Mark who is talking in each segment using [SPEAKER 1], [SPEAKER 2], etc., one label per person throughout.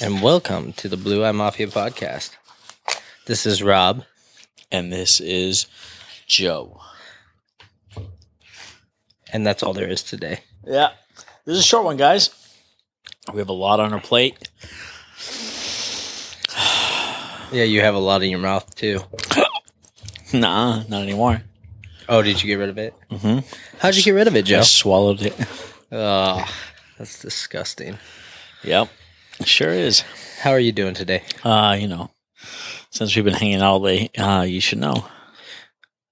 [SPEAKER 1] and welcome to the Blue Eye Mafia podcast. This is Rob.
[SPEAKER 2] And this is Joe.
[SPEAKER 1] And that's all there is today.
[SPEAKER 2] Yeah. This is a short one, guys. We have a lot on our plate.
[SPEAKER 1] Yeah, you have a lot in your mouth too.
[SPEAKER 2] Nah, not anymore.
[SPEAKER 1] Oh, did you get rid of it?
[SPEAKER 2] Mhm.
[SPEAKER 1] How'd you get rid of it, Joe?
[SPEAKER 2] I swallowed it.
[SPEAKER 1] Oh, that's disgusting.
[SPEAKER 2] Yep. Sure is.
[SPEAKER 1] How are you doing today?
[SPEAKER 2] Uh, you know, since we've been hanging out late, uh, you should know.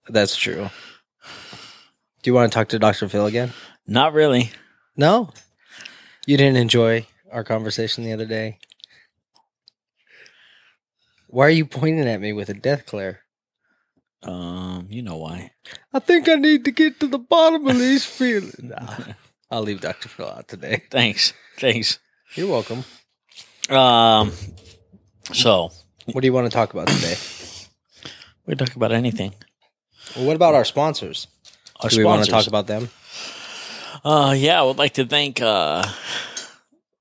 [SPEAKER 1] That's true. Do you want to talk to Dr. Phil again?
[SPEAKER 2] Not really.
[SPEAKER 1] No. You didn't enjoy our conversation the other day. Why are you pointing at me with a death glare?
[SPEAKER 2] Um, you know why.
[SPEAKER 1] I think I need to get to the bottom of these feelings. I'll leave Dr. Phil out today.
[SPEAKER 2] Thanks. Thanks.
[SPEAKER 1] You're welcome.
[SPEAKER 2] Um so
[SPEAKER 1] What do you want to talk about today?
[SPEAKER 2] we talk about anything.
[SPEAKER 1] Well, what about our sponsors?
[SPEAKER 2] Our
[SPEAKER 1] do we want to talk
[SPEAKER 2] sponsors.
[SPEAKER 1] about them?
[SPEAKER 2] Uh, yeah, I would like to thank uh,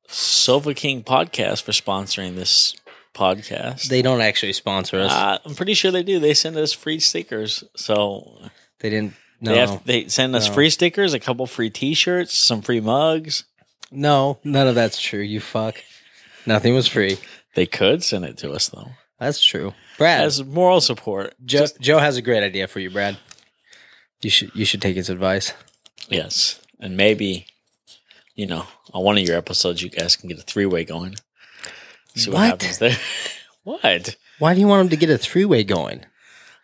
[SPEAKER 2] Silva King Podcast for sponsoring this podcast.
[SPEAKER 1] They don't actually sponsor us.
[SPEAKER 2] uh, I'm pretty sure they do. They send us free stickers, so
[SPEAKER 1] they didn't. No,
[SPEAKER 2] they, have, they send us
[SPEAKER 1] No.
[SPEAKER 2] free stickers, a couple free T-shirts, some free mugs.
[SPEAKER 1] no, none of that's true. You fuck. Nothing was free.
[SPEAKER 2] They could send it to us though,
[SPEAKER 1] That's true. Brad,
[SPEAKER 2] as moral support.
[SPEAKER 1] Joe, Joe has a great idea for you, Brad. You should you should take his advice.
[SPEAKER 2] Yes, and maybe you know on one of your episodes, you guys can get a three way going. See what,
[SPEAKER 1] What?
[SPEAKER 2] happens there. what?
[SPEAKER 1] Why do you want him to get a three way going?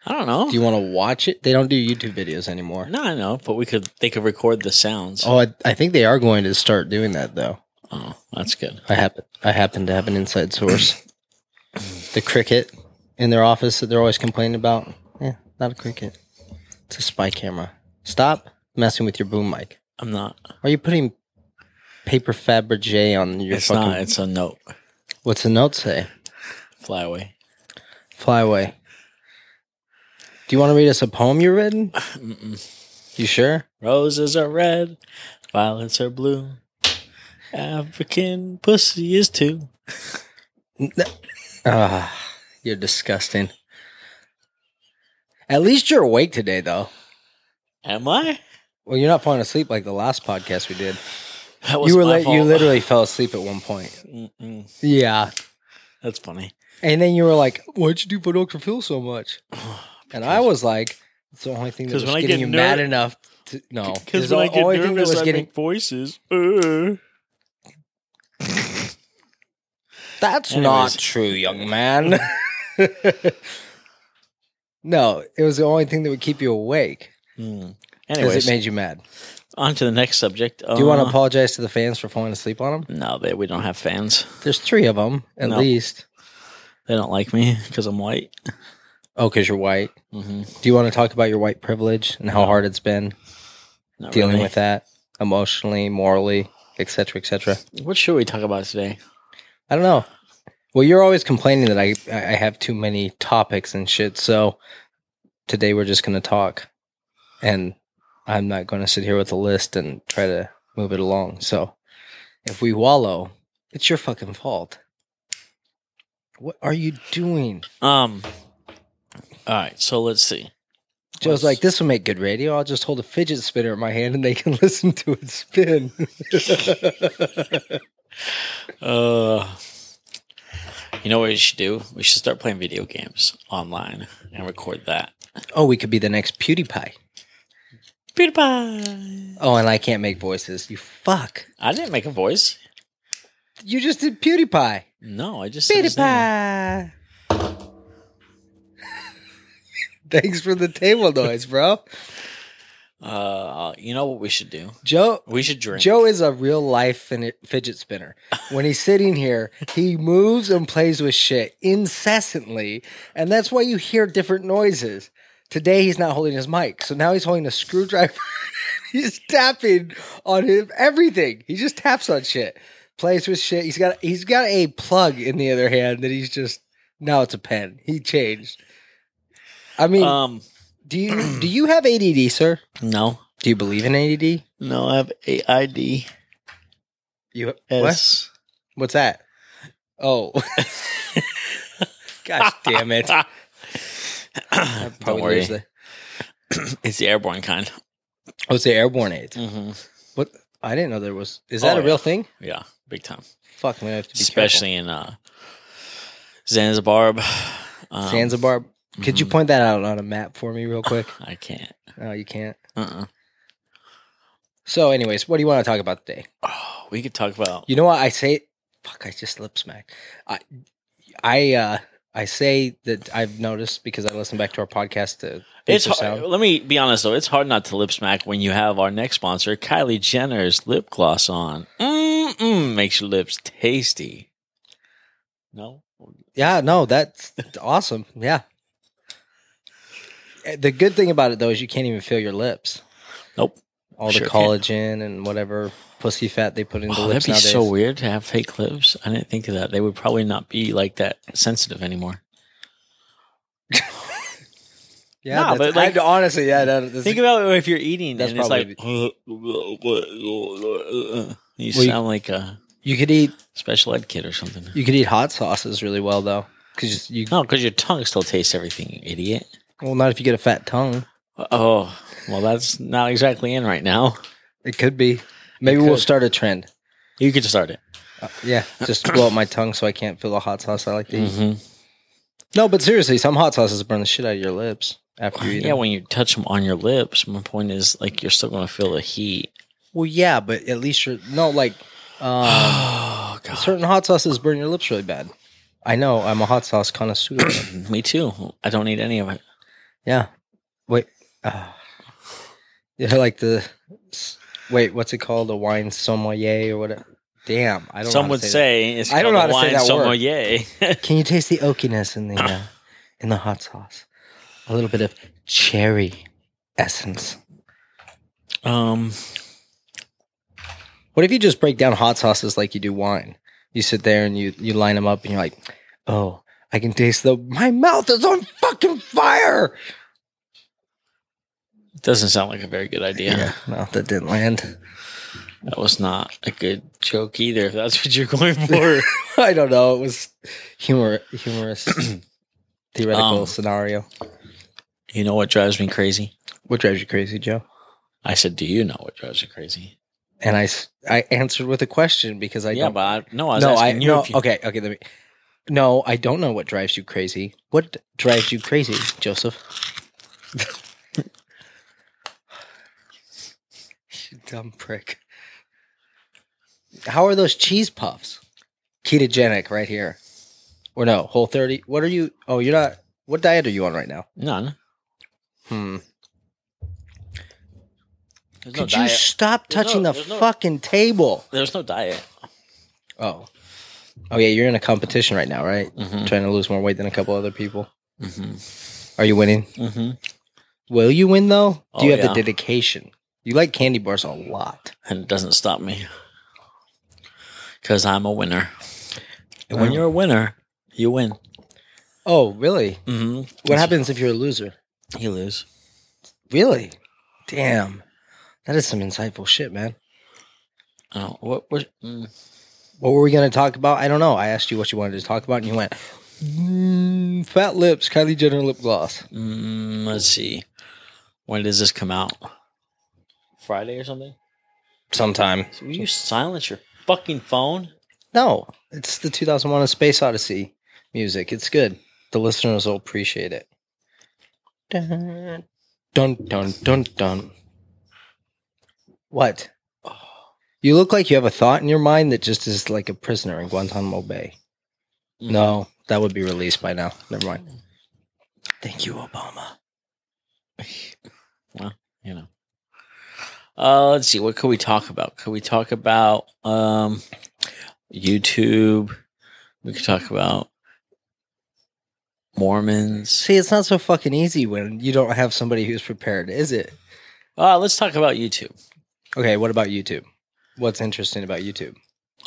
[SPEAKER 2] I don't know.
[SPEAKER 1] Do you want to watch it? They don't do YouTube videos anymore.
[SPEAKER 2] no, I know, but we could. They could record the sounds.
[SPEAKER 1] Oh, I, I think they are going to start doing that though.
[SPEAKER 2] Oh, that's good.
[SPEAKER 1] I happen I happen to have an inside source. the cricket in their office that they're always complaining about. Yeah, not a cricket. It's a spy camera. Stop messing with your boom mic.
[SPEAKER 2] I'm not.
[SPEAKER 1] Are you putting paper Fabergé on your
[SPEAKER 2] It's
[SPEAKER 1] fucking?
[SPEAKER 2] not. It's a note.
[SPEAKER 1] What's the note say?
[SPEAKER 2] Fly away.
[SPEAKER 1] Fly away. Do you want to read us a poem you written? You sure?
[SPEAKER 2] Roses are red, violets are blue. African pussy is too.
[SPEAKER 1] Ah, you're disgusting. At least you're awake today, though.
[SPEAKER 2] Am I?
[SPEAKER 1] Well, you're not falling asleep like the last podcast we did.
[SPEAKER 2] That
[SPEAKER 1] you were
[SPEAKER 2] my
[SPEAKER 1] li- you
[SPEAKER 2] fault.
[SPEAKER 1] literally fell asleep at one point.
[SPEAKER 2] Mm-mm.
[SPEAKER 1] Yeah,
[SPEAKER 2] That's funny.
[SPEAKER 1] and then you were like, "Why'd you do for Doctor Phil so much?" And I was like, "It's the only thing that was
[SPEAKER 2] 'Cause when I
[SPEAKER 1] getting
[SPEAKER 2] get
[SPEAKER 1] you
[SPEAKER 2] ner-
[SPEAKER 1] mad enough." To, no,
[SPEAKER 2] Because
[SPEAKER 1] It's the
[SPEAKER 2] when I get
[SPEAKER 1] only thing that
[SPEAKER 2] nervous,
[SPEAKER 1] was
[SPEAKER 2] I
[SPEAKER 1] getting
[SPEAKER 2] make voices. Uh.
[SPEAKER 1] that's
[SPEAKER 2] Anyways.
[SPEAKER 1] not true, young man. no, it was the only thing that would keep you awake
[SPEAKER 2] Mm.
[SPEAKER 1] because
[SPEAKER 2] Anyways, Uh-huh.
[SPEAKER 1] it made you mad.
[SPEAKER 2] on to the next subject. Uh,
[SPEAKER 1] Do you want to apologize to the fans for falling asleep on them?
[SPEAKER 2] No, they, we don't have fans.
[SPEAKER 1] There's three of them at
[SPEAKER 2] No.
[SPEAKER 1] least.
[SPEAKER 2] They don't like me because I'm white.
[SPEAKER 1] Oh, because you're white.
[SPEAKER 2] Mm-hmm.
[SPEAKER 1] Do you want to talk about your white privilege and how hard it's been?
[SPEAKER 2] Not
[SPEAKER 1] dealing
[SPEAKER 2] really.
[SPEAKER 1] with that emotionally, morally, etc., etc.
[SPEAKER 2] What should we talk about today?
[SPEAKER 1] I don't know. Well, you're always complaining that I I have too many topics and shit. So today we're just going to talk, and I'm not going to sit here with a list and try to move it along. So if we wallow, it's your fucking fault. What are you doing?
[SPEAKER 2] Um. All right, so let's see.
[SPEAKER 1] Joe's
[SPEAKER 2] Let's-
[SPEAKER 1] like, this will make good radio. I'll just hold a fidget spinner in my hand and they can listen to it spin.
[SPEAKER 2] Uh, you know what we should do? We should start playing video games online and record that.
[SPEAKER 1] oh, we could be the next PewDiePie.
[SPEAKER 2] PewDiePie.
[SPEAKER 1] Oh, and I can't make voices. You fuck.
[SPEAKER 2] I didn't make a voice.
[SPEAKER 1] You just did PewDiePie.
[SPEAKER 2] No, I just said his
[SPEAKER 1] PewDiePie.
[SPEAKER 2] name.
[SPEAKER 1] Thanks for the table noise, bro.
[SPEAKER 2] Uh, you know what we should do?
[SPEAKER 1] Joe
[SPEAKER 2] We should drink.
[SPEAKER 1] Joe is a real life fin- fidget spinner. When he's sitting here, he moves and plays with shit incessantly, and that's why you hear different noises. Today he's not holding his mic, so now he's holding a screwdriver. he's tapping on his everything. He just taps on shit, plays with shit. He's got he's got a plug in the other hand that he's just now it's a pen. He changed. I mean,
[SPEAKER 2] um,
[SPEAKER 1] do you do you have ADD, sir?
[SPEAKER 2] no,
[SPEAKER 1] Do you believe in ADD?
[SPEAKER 2] no, I have AID.
[SPEAKER 1] You what?
[SPEAKER 2] Yes.
[SPEAKER 1] What's that? Oh. Gosh damn it. I'd probably
[SPEAKER 2] worry.
[SPEAKER 1] lose the-
[SPEAKER 2] It's the airborne kind.
[SPEAKER 1] oh, it's the airborne AIDS.
[SPEAKER 2] Mm-hmm.
[SPEAKER 1] What? I didn't know there was. Is that
[SPEAKER 2] Oh,
[SPEAKER 1] a real thing?
[SPEAKER 2] Yeah, big time.
[SPEAKER 1] Fuck, I'm gonna have to be
[SPEAKER 2] Especially in uh, Zanzibar. Um,
[SPEAKER 1] careful. Zanzibar. Could you
[SPEAKER 2] mhm.
[SPEAKER 1] point that out on a map for me real quick?
[SPEAKER 2] I can't.
[SPEAKER 1] no, you can't.
[SPEAKER 2] Uh-uh.
[SPEAKER 1] So, anyways, what do you want to talk about today?
[SPEAKER 2] Oh, we could talk about.
[SPEAKER 1] You know what I say? Fuck, I just lip smacked. I, I, uh, I say that I've noticed because I listen back to our podcast. To
[SPEAKER 2] It's
[SPEAKER 1] Future
[SPEAKER 2] hard,
[SPEAKER 1] Sound.
[SPEAKER 2] let me be honest though. It's hard not to lip smack when you have our next sponsor, Kylie Jenner's lip gloss on. Mm-mm, makes your lips tasty. No,
[SPEAKER 1] Yeah, no, that's awesome. Yeah. Eh, The good thing about it though is you can't even feel your lips.
[SPEAKER 2] Nope.
[SPEAKER 1] All
[SPEAKER 2] Sure
[SPEAKER 1] the
[SPEAKER 2] can't.
[SPEAKER 1] collagen and whatever pussy fat they put into
[SPEAKER 2] oh, that'd
[SPEAKER 1] lips
[SPEAKER 2] be
[SPEAKER 1] nowadays.
[SPEAKER 2] so weird to have fake lips. I didn't think of that. They would probably not be like that sensitive anymore.
[SPEAKER 1] Yeah,
[SPEAKER 2] Nah,
[SPEAKER 1] that's-
[SPEAKER 2] but, like,
[SPEAKER 1] I- honestly, yeah, that, that's,
[SPEAKER 2] Think about if you're eating
[SPEAKER 1] That's
[SPEAKER 2] and it's like you
[SPEAKER 1] Well, you-
[SPEAKER 2] sound like a
[SPEAKER 1] you could eat
[SPEAKER 2] special ed kid or something.
[SPEAKER 1] you could eat hot sauces really well though, because you
[SPEAKER 2] No, because your tongue still tastes everything, you idiot.
[SPEAKER 1] well not if you get a fat tongue.
[SPEAKER 2] Oh, well, that's not exactly in right now.
[SPEAKER 1] It could be. Maybe we'll
[SPEAKER 2] could.
[SPEAKER 1] start a trend.
[SPEAKER 2] You could start it.
[SPEAKER 1] Uh, yeah, just blow up my tongue so I can't feel the hot sauce I like to eat.
[SPEAKER 2] hmm
[SPEAKER 1] No, but seriously, some hot sauces burn the shit out of your lips after you eat
[SPEAKER 2] Yeah,
[SPEAKER 1] them.
[SPEAKER 2] when you touch them on your lips, my point is like you're still going to feel the heat.
[SPEAKER 1] Well, yeah, but at least you're no like um,
[SPEAKER 2] Oh god,
[SPEAKER 1] certain hot sauces burn your lips really bad. I know. I'm a hot sauce connoisseur.
[SPEAKER 2] me too. I don't need any of it.
[SPEAKER 1] yeah. Wait. Uh, yeah, like the wait. What's it called? A wine sommelier or whatever? Damn, I don't. know how
[SPEAKER 2] Some
[SPEAKER 1] to
[SPEAKER 2] would
[SPEAKER 1] that.
[SPEAKER 2] say it's
[SPEAKER 1] I don't
[SPEAKER 2] called
[SPEAKER 1] know how to say
[SPEAKER 2] wine
[SPEAKER 1] that word.
[SPEAKER 2] sommelier.
[SPEAKER 1] Can you taste the oakiness in the uh, in the hot sauce? A little bit of cherry essence.
[SPEAKER 2] um,
[SPEAKER 1] What if you just break down hot sauces like you do wine? You sit there and you you line them up and you're like, oh, I can taste the my mouth is on fucking fire.
[SPEAKER 2] doesn't sound like a very good idea.
[SPEAKER 1] no, that didn't land.
[SPEAKER 2] That was not a good joke either. If that's what you're going for.
[SPEAKER 1] I don't know. It was humor humorous theoretical
[SPEAKER 2] Um,
[SPEAKER 1] scenario.
[SPEAKER 2] you know what drives me crazy?
[SPEAKER 1] What drives you crazy, Joe?
[SPEAKER 2] I said, "Do you know what drives you crazy?"
[SPEAKER 1] And I s- I answered with a question because I
[SPEAKER 2] yeah,
[SPEAKER 1] don't.
[SPEAKER 2] but I, no, I was
[SPEAKER 1] no, I
[SPEAKER 2] asking you.
[SPEAKER 1] no.
[SPEAKER 2] if you
[SPEAKER 1] Okay, okay. Let me. No, I don't know what drives you crazy. What drives you crazy, Joseph? you dumb prick. How are those cheese puffs? Ketogenic, right here. Or no, whole thirty. What are you? Oh, you're not. What diet are you on right now?
[SPEAKER 2] none.
[SPEAKER 1] Hmm.
[SPEAKER 2] There's no
[SPEAKER 1] Could you
[SPEAKER 2] diet.
[SPEAKER 1] stop
[SPEAKER 2] There's
[SPEAKER 1] touching
[SPEAKER 2] no-
[SPEAKER 1] the
[SPEAKER 2] there's no-
[SPEAKER 1] fucking table?
[SPEAKER 2] There's no diet.
[SPEAKER 1] Oh. Oh yeah, you're in a competition right now, right?
[SPEAKER 2] Mm-hmm.
[SPEAKER 1] Trying to lose more weight than a couple other people.
[SPEAKER 2] Mm-hmm.
[SPEAKER 1] Are you winning?
[SPEAKER 2] Mm-hmm.
[SPEAKER 1] Will you win though? Do you
[SPEAKER 2] Oh,
[SPEAKER 1] have
[SPEAKER 2] yeah.
[SPEAKER 1] the dedication? You like candy bars a lot.
[SPEAKER 2] and it doesn't stop me because I'm a winner. And when
[SPEAKER 1] Wow.
[SPEAKER 2] you're a winner, you win.
[SPEAKER 1] Oh, really?
[SPEAKER 2] Mm-hmm.
[SPEAKER 1] What happens if you're a loser?
[SPEAKER 2] You lose.
[SPEAKER 1] Really? Damn. That is some insightful shit, man.
[SPEAKER 2] Oh, what? what mm.
[SPEAKER 1] What were we going to talk about? I don't know. I asked you what you wanted to talk about, and you went, mm, Fat Lips, Kylie Jenner lip gloss.
[SPEAKER 2] Mm, let's see. When does this come out? Friday or something?
[SPEAKER 1] Sometime.
[SPEAKER 2] So will you silence your fucking phone?
[SPEAKER 1] No, it's the 2001 A Space Odyssey music. It's good. The listeners will appreciate it. Dun, dun, dun, dun, dun. What? You look like you have a thought in your mind that just is like a prisoner in Guantanamo Bay.
[SPEAKER 2] Mm,
[SPEAKER 1] No, that would be released by now. Never mind. Thank you, Obama.
[SPEAKER 2] You know. Uh, let's see. What could we talk about? Could we talk about um, YouTube? We could talk about Mormons.
[SPEAKER 1] See, it's not so fucking easy when you don't have somebody who's prepared, is it?
[SPEAKER 2] Uh, let's talk about YouTube.
[SPEAKER 1] Okay, what about YouTube? What's interesting about YouTube?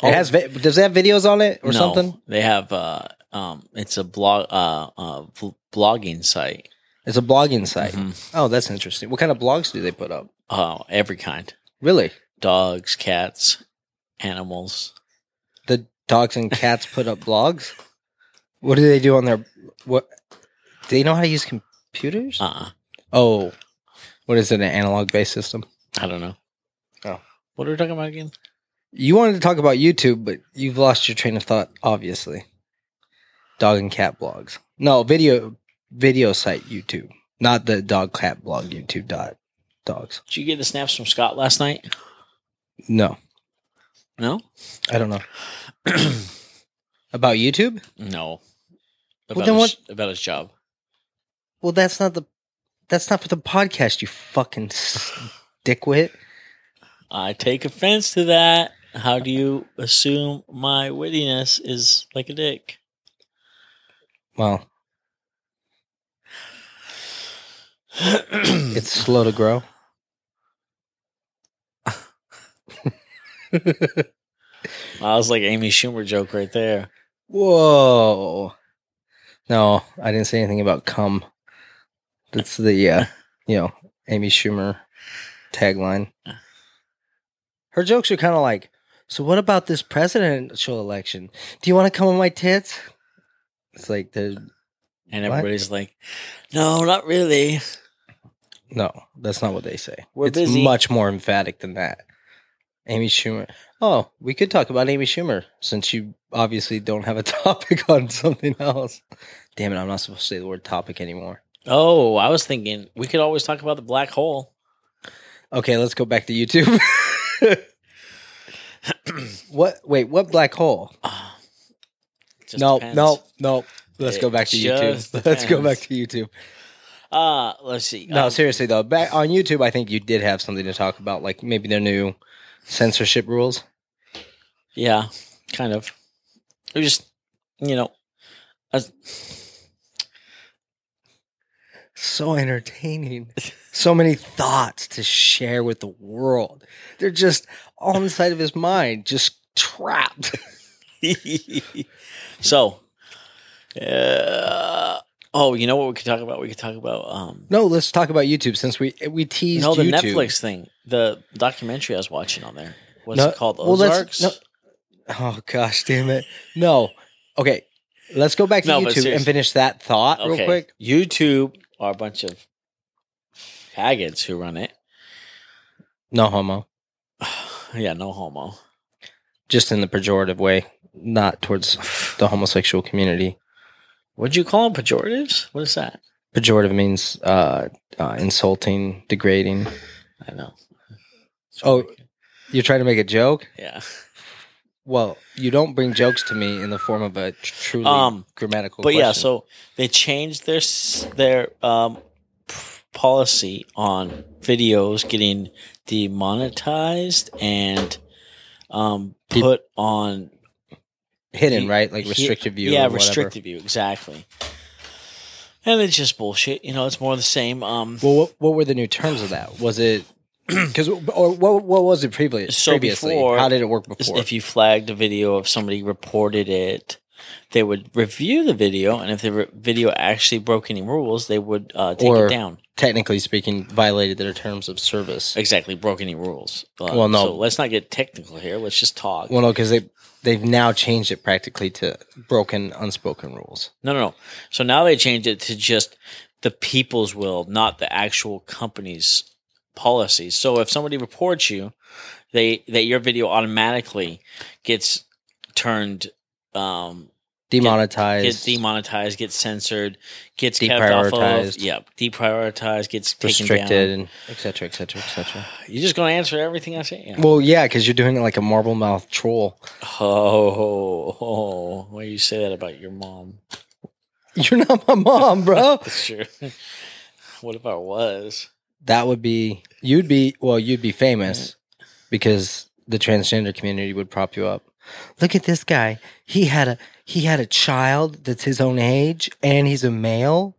[SPEAKER 2] Oh.
[SPEAKER 1] It has vi- does it have videos on it or
[SPEAKER 2] No,
[SPEAKER 1] something?
[SPEAKER 2] They have uh um it's a blog uh uh v- blogging site.
[SPEAKER 1] It's a blogging site.
[SPEAKER 2] Mhm.
[SPEAKER 1] Oh, that's interesting. What kind of blogs do they put up?
[SPEAKER 2] Uh every kind.
[SPEAKER 1] Really?
[SPEAKER 2] Dogs, cats, animals.
[SPEAKER 1] The dogs and cats put up blogs? What do they do on their what? Do they know how to use computers?
[SPEAKER 2] Uh uh
[SPEAKER 1] oh, what is it? An analog based system?
[SPEAKER 2] I don't know.
[SPEAKER 1] Oh.
[SPEAKER 2] What are we talking about again?
[SPEAKER 1] You wanted to talk about YouTube, but you've lost your train of thought. Obviously, dog and cat blogs. No video video site YouTube, not the dog cat blog YouTube dot dogs.
[SPEAKER 2] Did you get the snaps from Scott last night?
[SPEAKER 1] No,
[SPEAKER 2] No?
[SPEAKER 1] I don't know about YouTube.
[SPEAKER 2] no. About,
[SPEAKER 1] Well, then
[SPEAKER 2] his, about his job.
[SPEAKER 1] Well, that's not the that's not for the podcast. You fucking s- dickwit.
[SPEAKER 2] I take offense to that. How do you assume my wittiness is like a dick?
[SPEAKER 1] Well, it's slow to grow.
[SPEAKER 2] I was like Amy Schumer joke right there.
[SPEAKER 1] Whoa. No, I didn't say anything about cum. That's the uh, you know, Amy Schumer tagline. Her jokes are kind of like, so what about this presidential election? Do you want to come on my tits? It's like there's
[SPEAKER 2] And
[SPEAKER 1] What?
[SPEAKER 2] everybody's like, no, not really.
[SPEAKER 1] no, that's not what they say.
[SPEAKER 2] We're
[SPEAKER 1] it's
[SPEAKER 2] busy.
[SPEAKER 1] much more emphatic than that. Amy Schumer. Oh, we could talk about Amy Schumer since you obviously don't have a topic on something else. Damn it, I'm not supposed to say the word topic anymore.
[SPEAKER 2] Oh, I was thinking we could always talk about the black hole.
[SPEAKER 1] Okay, let's go back to YouTube. what? Wait, what black hole?
[SPEAKER 2] Just
[SPEAKER 1] No,
[SPEAKER 2] depends.
[SPEAKER 1] no, no. Let's
[SPEAKER 2] It
[SPEAKER 1] go back to
[SPEAKER 2] just
[SPEAKER 1] YouTube. Let's go back
[SPEAKER 2] depends.
[SPEAKER 1] to YouTube.
[SPEAKER 2] Uh, let's see.
[SPEAKER 1] No,
[SPEAKER 2] Um,
[SPEAKER 1] seriously though, back on YouTube, I think you did have something to talk about, like maybe their new censorship rules.
[SPEAKER 2] Yeah, kind of. It was just, you know, I was-
[SPEAKER 1] So entertaining. So many thoughts to share with the world. They're just all inside of his mind, just trapped.
[SPEAKER 2] so, uh, oh, you know what we could talk about? We could talk about um,
[SPEAKER 1] No, let's talk about YouTube since we we
[SPEAKER 2] you
[SPEAKER 1] teased
[SPEAKER 2] know, the
[SPEAKER 1] YouTube.
[SPEAKER 2] Netflix thing, the documentary I was watching on there. What's
[SPEAKER 1] No,
[SPEAKER 2] it called?
[SPEAKER 1] well, let's-
[SPEAKER 2] Ozarks.
[SPEAKER 1] no, Oh gosh, damn it! No, okay, let's go back to
[SPEAKER 2] No, but
[SPEAKER 1] YouTube and
[SPEAKER 2] seriously.
[SPEAKER 1] finish that thought
[SPEAKER 2] okay.
[SPEAKER 1] real quick.
[SPEAKER 2] YouTube are a bunch of faggots who run it.
[SPEAKER 1] No homo,
[SPEAKER 2] yeah, no homo.
[SPEAKER 1] just in the pejorative way, not towards the homosexual community.
[SPEAKER 2] What'd you call them? Pejoratives? What is that?
[SPEAKER 1] Pejorative means uh, uh, insulting, degrading.
[SPEAKER 2] I know.
[SPEAKER 1] Oh. You're trying to make a joke.
[SPEAKER 2] yeah.
[SPEAKER 1] Well, you don't bring jokes to me in the form of a tr- truly
[SPEAKER 2] Um,
[SPEAKER 1] grammatical.
[SPEAKER 2] but yeah,
[SPEAKER 1] question.
[SPEAKER 2] so they changed their s- their um, p- policy on videos getting demonetized and um,
[SPEAKER 1] De-
[SPEAKER 2] put on
[SPEAKER 1] hidden, right? Like
[SPEAKER 2] he-
[SPEAKER 1] restricted view.
[SPEAKER 2] Yeah,
[SPEAKER 1] or whatever.
[SPEAKER 2] restricted view exactly. And it's just bullshit. You know, it's more the same. Um,
[SPEAKER 1] Well, what, what were the new terms of that? Was it because or what what was it previous,
[SPEAKER 2] So
[SPEAKER 1] previously?
[SPEAKER 2] before-
[SPEAKER 1] How did it work before?
[SPEAKER 2] if you flagged a video of somebody reported it, they would review the video, and if the re- video actually broke any rules, they would uh, take
[SPEAKER 1] Or-
[SPEAKER 2] it down.
[SPEAKER 1] technically speaking, violated their terms of service.
[SPEAKER 2] Exactly, broke any rules. Uh,
[SPEAKER 1] Well, no.
[SPEAKER 2] So let's not get technical here. Let's just talk.
[SPEAKER 1] Well, no, because they they've now changed it practically to broken, unspoken rules.
[SPEAKER 2] No, no, no. So now they changed it to just the people's will, not the actual company's policies. So if somebody reports you, they that your video automatically gets turned um gets
[SPEAKER 1] Demonetized.
[SPEAKER 2] demonetized, gets censored, gets kept off of
[SPEAKER 1] Deprioritized.
[SPEAKER 2] yep, deprioritized, gets taken
[SPEAKER 1] Restricted
[SPEAKER 2] down.
[SPEAKER 1] and et cetera, et cetera, et cetera.
[SPEAKER 2] You're just gonna answer everything I say. Yeah.
[SPEAKER 1] Well, yeah, because you're doing it like a marble mouth troll.
[SPEAKER 2] Oh, oh, why you say that about your mom?
[SPEAKER 1] You're not my mom, bro.
[SPEAKER 2] That's true. what if I was?
[SPEAKER 1] that would be you'd be well, you'd be famous because the transgender community would prop you up. Look at this guy. He had a he had a child that's his own age, and he's a male.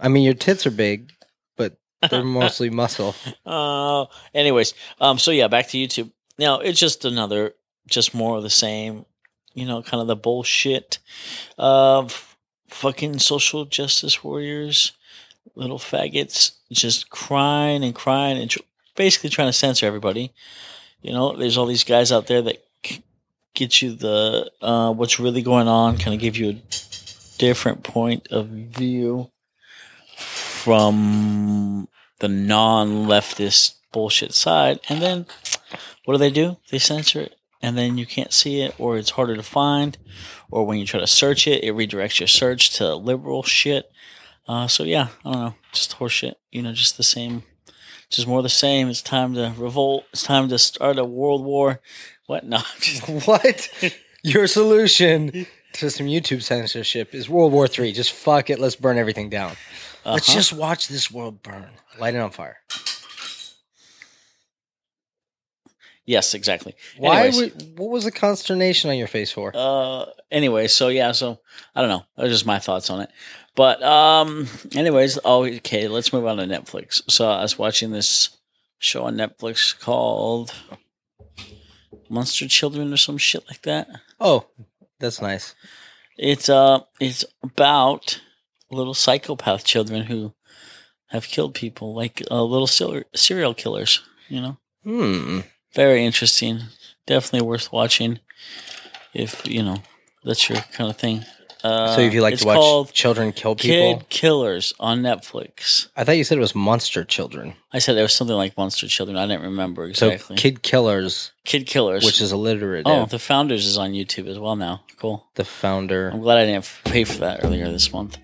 [SPEAKER 1] I mean, your tits are big, but they're mostly muscle.
[SPEAKER 2] Uh, anyways, um, so yeah, back to YouTube. Now it's just another, just more of the same, you know, kind of the bullshit of fucking social justice warriors, little faggots, just crying and crying and tr- basically trying to censor everybody. You know, there's all these guys out there that c- get you the uh, what's really going on, kind of give you a different point of view from the non-leftist bullshit side, and then what do they do? They censor it, and then you can't see it, or it's harder to find, or when you try to search it, it redirects your search to liberal shit. Uh, so yeah, I don't know, just horseshit. You know, just the same, just more of the same. It's time to revolt. It's time to start a world war. What? No, I'm just
[SPEAKER 1] What? Your solution to some YouTube censorship is World War Three. Just fuck it. Let's burn everything down. Let's
[SPEAKER 2] Uh-huh.
[SPEAKER 1] just watch this world burn. Light it on fire.
[SPEAKER 2] yes, exactly.
[SPEAKER 1] Why?
[SPEAKER 2] Anyways.
[SPEAKER 1] Would, what was the consternation on your face for?
[SPEAKER 2] Uh, anyway, so yeah, so I don't know. Those are just my thoughts on it. But um, anyways, oh, okay, let's move on to Netflix. So I was watching this show on Netflix called Monster Children or some shit like that.
[SPEAKER 1] Oh, that's nice.
[SPEAKER 2] It's uh, it's about little psychopath children who have killed people, like uh, little ser- serial killers. You know,
[SPEAKER 1] Hmm.
[SPEAKER 2] very interesting. Definitely worth watching if you know that's your kind of thing. Uh,
[SPEAKER 1] so if you like
[SPEAKER 2] it's
[SPEAKER 1] to watch
[SPEAKER 2] called
[SPEAKER 1] children kill people,
[SPEAKER 2] Kid Killers on Netflix.
[SPEAKER 1] I thought you said it was monster children.
[SPEAKER 2] I said there was something like Monster Children. I didn't remember exactly.
[SPEAKER 1] So kid killers,
[SPEAKER 2] Kid Killers,
[SPEAKER 1] which is alliterative.
[SPEAKER 2] oh, the Founders is on YouTube as well now. Cool.
[SPEAKER 1] the founder.
[SPEAKER 2] I'm glad I didn't pay for that earlier this month.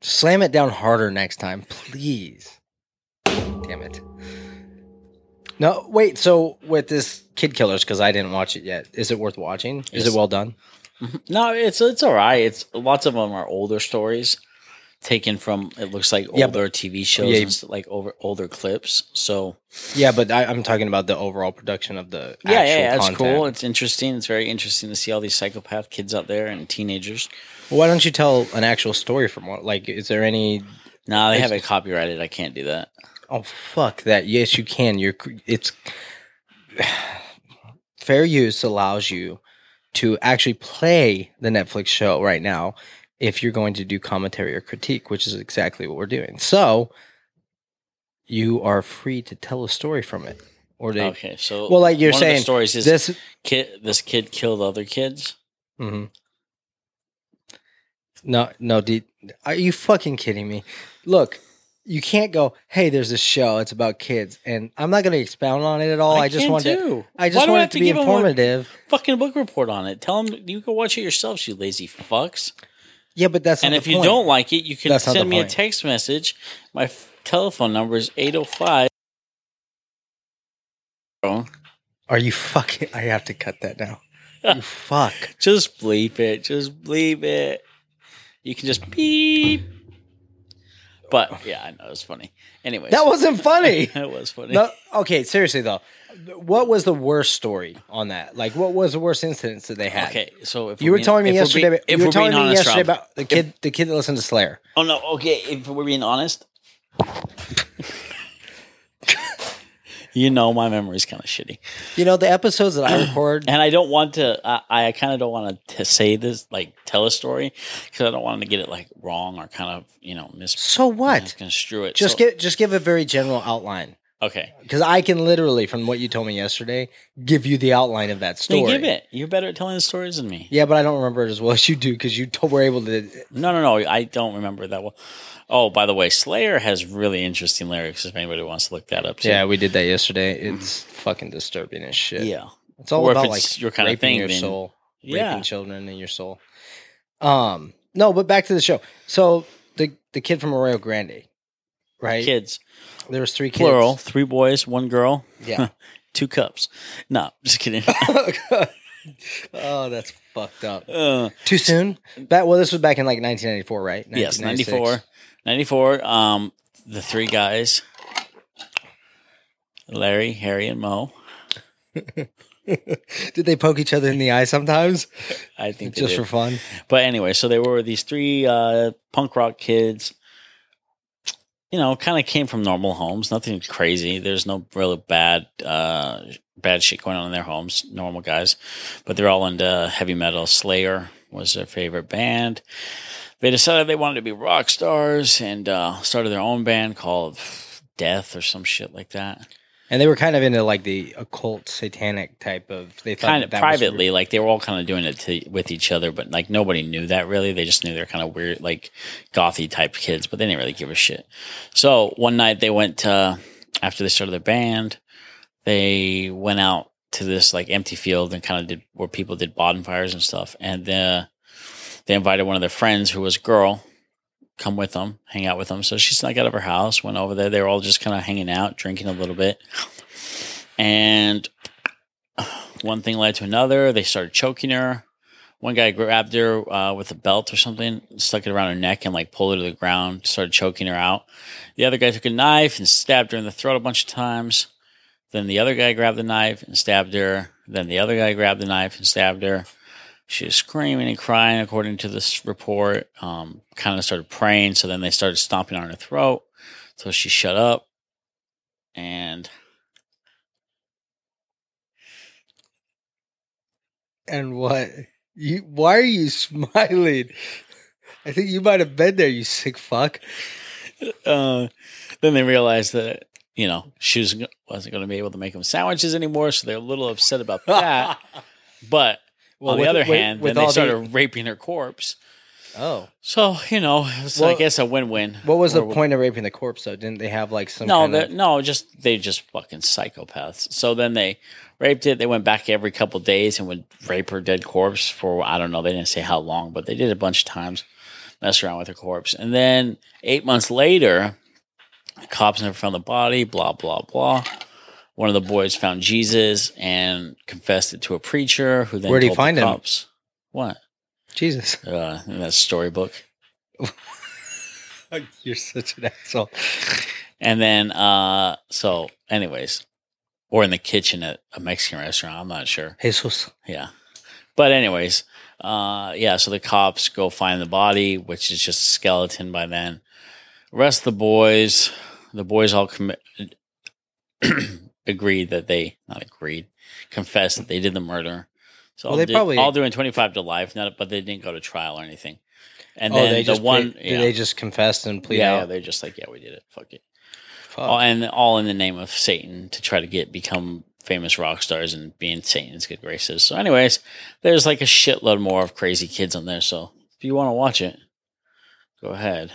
[SPEAKER 1] Slam it down harder next time, please. Damn it. No, wait. So with this kid killers, because I didn't watch it yet, is it worth watching? Is
[SPEAKER 2] Yes.
[SPEAKER 1] it well done?
[SPEAKER 2] No, it's it's all right. It's lots of them are older stories taken from it looks like older
[SPEAKER 1] Yeah, but-
[SPEAKER 2] TV shows
[SPEAKER 1] Yeah,
[SPEAKER 2] and s- like over older clips. So
[SPEAKER 1] Yeah, but I, I'm talking about the overall production of the. actual
[SPEAKER 2] yeah, yeah, yeah, it's
[SPEAKER 1] content.
[SPEAKER 2] cool. It's interesting. It's very interesting to see all these psychopath kids out there and teenagers.
[SPEAKER 1] Why don't you tell an actual story from what? Like, is there any?
[SPEAKER 2] No, they
[SPEAKER 1] It's-
[SPEAKER 2] have it copyrighted. I can't do that.
[SPEAKER 1] Oh fuck that! Yes, you can. You're. cr- It's fair use allows you to actually play the Netflix show right now if you're going to do commentary or critique, which is exactly what we're doing. So you are free to tell a story from it, or they.
[SPEAKER 2] Okay, so
[SPEAKER 1] Well, like you're
[SPEAKER 2] Oh, one of the
[SPEAKER 1] saying,
[SPEAKER 2] stories is
[SPEAKER 1] this.
[SPEAKER 2] kid this kid killed other kids
[SPEAKER 1] hmm No, no, dude, are you fucking kidding me? Look, you can't go. Hey, there's a show. It's about kids, and I'm not going to expound on it at all. Oh, I, just
[SPEAKER 2] can't
[SPEAKER 1] wanted. To,
[SPEAKER 2] do.
[SPEAKER 1] I
[SPEAKER 2] Why
[SPEAKER 1] just
[SPEAKER 2] do
[SPEAKER 1] wanted
[SPEAKER 2] have
[SPEAKER 1] to be
[SPEAKER 2] give 'em a
[SPEAKER 1] informative.
[SPEAKER 2] fucking book report on it tell them you can watch it yourselves you lazy fucks
[SPEAKER 1] Yeah, but that's
[SPEAKER 2] and
[SPEAKER 1] not
[SPEAKER 2] if
[SPEAKER 1] the
[SPEAKER 2] you
[SPEAKER 1] point.
[SPEAKER 2] don't like it you can
[SPEAKER 1] That's not
[SPEAKER 2] send
[SPEAKER 1] the
[SPEAKER 2] me a
[SPEAKER 1] point.
[SPEAKER 2] text message my f- telephone number is 805 Oh,
[SPEAKER 1] are you fucking? I have to cut that now. you fuck.
[SPEAKER 2] just bleep it just bleep it you can just beep but yeah i know it's funny anyway
[SPEAKER 1] That wasn't funny.
[SPEAKER 2] that was funny
[SPEAKER 1] No, okay, seriously though, what was the worst story on that? Like, what was the worst incidents that they had?
[SPEAKER 2] okay so if
[SPEAKER 1] You were
[SPEAKER 2] being-
[SPEAKER 1] telling me
[SPEAKER 2] if
[SPEAKER 1] yesterday.
[SPEAKER 2] being-
[SPEAKER 1] about-
[SPEAKER 2] if
[SPEAKER 1] you
[SPEAKER 2] we're
[SPEAKER 1] were telling
[SPEAKER 2] being
[SPEAKER 1] me
[SPEAKER 2] honest,
[SPEAKER 1] yesterday
[SPEAKER 2] Rob,
[SPEAKER 1] about the kid, the kid that listened to Slayer.
[SPEAKER 2] Oh no, okay, if we're being honest. you know my memory's kind of shitty.
[SPEAKER 1] You know, the episodes that I record,
[SPEAKER 2] And I don't want to I, I kind of don't want to say this like tell a story cuz I don't want to get it like wrong or kind of, you know, mis-
[SPEAKER 1] so what?
[SPEAKER 2] misconstrue it.
[SPEAKER 1] Just
[SPEAKER 2] So-
[SPEAKER 1] give just give a very general outline.
[SPEAKER 2] Okay.
[SPEAKER 1] Because I can literally, from what you told me yesterday, give you the outline of that story.
[SPEAKER 2] Then give it. You're better at telling the stories than me.
[SPEAKER 1] Yeah, but I don't remember it as well as you do because you to- were able to.
[SPEAKER 2] No, no, no. I don't remember that well. Oh, by the way, Slayer has really interesting lyrics if anybody wants to look that up. too.
[SPEAKER 1] Yeah, we did that yesterday. It's fucking disturbing as shit.
[SPEAKER 2] Yeah.
[SPEAKER 1] it's all
[SPEAKER 2] Or if
[SPEAKER 1] about
[SPEAKER 2] it's
[SPEAKER 1] like
[SPEAKER 2] your kinda
[SPEAKER 1] raping
[SPEAKER 2] thing,
[SPEAKER 1] your
[SPEAKER 2] then-
[SPEAKER 1] soul,
[SPEAKER 2] Yeah.
[SPEAKER 1] raping children in your soul. Um, no, but back to the show. So the the kid from Arroyo Grande, right?
[SPEAKER 2] Kids.
[SPEAKER 1] There was three kids.
[SPEAKER 2] Plural, three boys, one girl.
[SPEAKER 1] Yeah.
[SPEAKER 2] two cups. No, just kidding.
[SPEAKER 1] oh, that's fucked up.
[SPEAKER 2] uh,
[SPEAKER 1] Too soon? Back, well, this was back in like 1994, right?
[SPEAKER 2] yes,
[SPEAKER 1] 1996.
[SPEAKER 2] 94. 94. Um, the three guys Larry, Harry, and Mo.
[SPEAKER 1] Did they poke each other in the eye sometimes
[SPEAKER 2] I think they
[SPEAKER 1] just
[SPEAKER 2] did.
[SPEAKER 1] for fun?
[SPEAKER 2] But anyway, so there were these three uh, punk rock kids. You know, kind of came from normal homes, nothing crazy. There's no real bad, uh, bad shit going on in their homes. Normal guys, but they're all into heavy metal. Slayer was their favorite band. They decided they wanted to be rock stars and uh, started their own band called Death or some shit like that.
[SPEAKER 1] and they were kind of into like the occult, satanic type of. They thought
[SPEAKER 2] kind of
[SPEAKER 1] that was weird.
[SPEAKER 2] privately, like they were all kind of doing it to, with each other, but like nobody knew that really. They just knew they're kind of weird, like gothy type kids, but they didn't really give a shit. So one night they went uh, after they started their band, they went out to this like empty field and kind of did where people did bonfires and stuff, and uh, they invited one of their friends who was a girl. Come with them, hang out with them. So she snuck out of her house, went over there. They were all just kind of hanging out, drinking a little bit. And one thing led to another. They started choking her. One guy grabbed her uh, with a belt or something, stuck it around her neck, and like pulled her to the ground. Started choking her out. The other guy took a knife and stabbed her in the throat a bunch of times. Then the other guy grabbed the knife and stabbed her. Then the other guy grabbed the knife and stabbed her. She was screaming and crying, according to this report. Um, kind of started praying. So then they started stomping on her throat. So she shut up. And
[SPEAKER 1] And what? You? Why are you smiling? I think you might have been there, you sick fuck.
[SPEAKER 2] uh, then they realized that you know she was, wasn't going to be able to make them sandwiches anymore, so they're a little upset about that. but on the
[SPEAKER 1] with-
[SPEAKER 2] other
[SPEAKER 1] with-
[SPEAKER 2] hand,
[SPEAKER 1] with
[SPEAKER 2] then they
[SPEAKER 1] all the-
[SPEAKER 2] started raping her corpse.
[SPEAKER 1] oh,
[SPEAKER 2] So you know, it's I
[SPEAKER 1] Well,
[SPEAKER 2] guess a win-win.
[SPEAKER 1] what was the
[SPEAKER 2] Or-
[SPEAKER 1] point of raping the corpse? Though, didn't they have like some?
[SPEAKER 2] No,
[SPEAKER 1] kind
[SPEAKER 2] they're-
[SPEAKER 1] of-
[SPEAKER 2] no, just they just fucking psychopaths. So then they raped it. They went back every couple days and would rape her dead corpse for I don't know. They didn't say how long, but they did a bunch of times, mess around with her corpse. And then eight months later, the cops never found the body. Blah blah blah. One of the boys found Jesus and confessed it to a preacher who then
[SPEAKER 1] Where'd he
[SPEAKER 2] told
[SPEAKER 1] find
[SPEAKER 2] the
[SPEAKER 1] him?
[SPEAKER 2] cops. What?
[SPEAKER 1] Jesus,
[SPEAKER 2] Uh, in that storybook.
[SPEAKER 1] you're such an asshole.
[SPEAKER 2] And then, uh, so, anyways, or in the kitchen at a Mexican restaurant. I'm not sure.
[SPEAKER 1] Jesus,
[SPEAKER 2] Yeah. But, anyways, uh, yeah, so the cops go find the body, which is just a skeleton by then. Arrest the boys. The boys all commit. agreed that they not agreed confessed that they did the murder so
[SPEAKER 1] Well,
[SPEAKER 2] all
[SPEAKER 1] they
[SPEAKER 2] did-
[SPEAKER 1] probably-
[SPEAKER 2] all doing 25 to life not but they didn't go to trial or anything and
[SPEAKER 1] oh,
[SPEAKER 2] then
[SPEAKER 1] they
[SPEAKER 2] the
[SPEAKER 1] just
[SPEAKER 2] one
[SPEAKER 1] plead-
[SPEAKER 2] yeah,
[SPEAKER 1] they just confessed and pleaded.
[SPEAKER 2] yeah,
[SPEAKER 1] out.
[SPEAKER 2] they're just like yeah we did it fuck it
[SPEAKER 1] Fuck.
[SPEAKER 2] all, Oh, and all in the name of Satan to try to get become famous rock stars and be in Satan's good graces. So, anyways, there's like a shitload more of crazy kids on there. So, if you want to watch it, go ahead.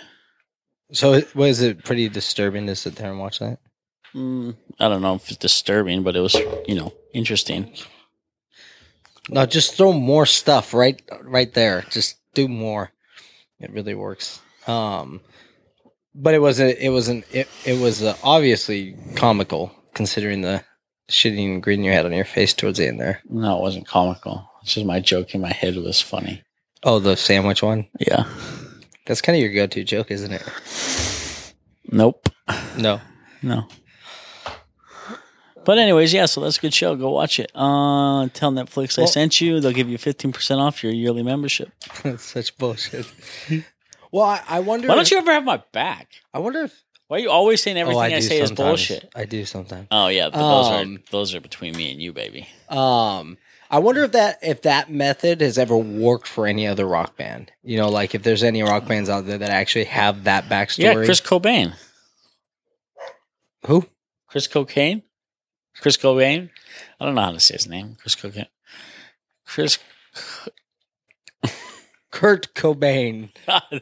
[SPEAKER 1] so it- was it pretty disturbing to sit there and watch that?
[SPEAKER 2] Mm, I don't know if it's disturbing, but it was you know interesting.
[SPEAKER 1] No, just throw more stuff right right there. Just do more. It really works. Um but it wasn't it wasn't it, it was uh, obviously comical considering the shitty grin you had on your face towards the end there.
[SPEAKER 2] No, it wasn't comical. It's just my joke in my head was funny.
[SPEAKER 1] Oh, the sandwich one.
[SPEAKER 2] Yeah.
[SPEAKER 1] That's kind of your go-to joke, isn't it?
[SPEAKER 2] Nope.
[SPEAKER 1] No.
[SPEAKER 2] No. But anyways, yeah, so that's a good show. Go watch it. Uh, tell Netflix I
[SPEAKER 1] Well-
[SPEAKER 2] sent you. They'll give you fifteen percent off your yearly membership.
[SPEAKER 1] That's such bullshit. Well, I, I wonder
[SPEAKER 2] Why don't
[SPEAKER 1] if-
[SPEAKER 2] you ever have my back?
[SPEAKER 1] I wonder if
[SPEAKER 2] Why are you always saying everything
[SPEAKER 1] Oh,
[SPEAKER 2] I,
[SPEAKER 1] do
[SPEAKER 2] say is
[SPEAKER 1] sometimes.
[SPEAKER 2] bullshit?
[SPEAKER 1] I do sometimes.
[SPEAKER 2] Oh yeah, but
[SPEAKER 1] Um,
[SPEAKER 2] those are those are between me and you, baby.
[SPEAKER 1] Um, I wonder if that if that method has ever worked for any other rock band. You know, like if there's any rock bands out there that actually have that backstory.
[SPEAKER 2] Yeah, Chris Cobain,
[SPEAKER 1] Who?
[SPEAKER 2] Chris Cocaine, Chris Cobain. I don't know how to say his name. Chris Cocaine. Chris.
[SPEAKER 1] Kurt Cobain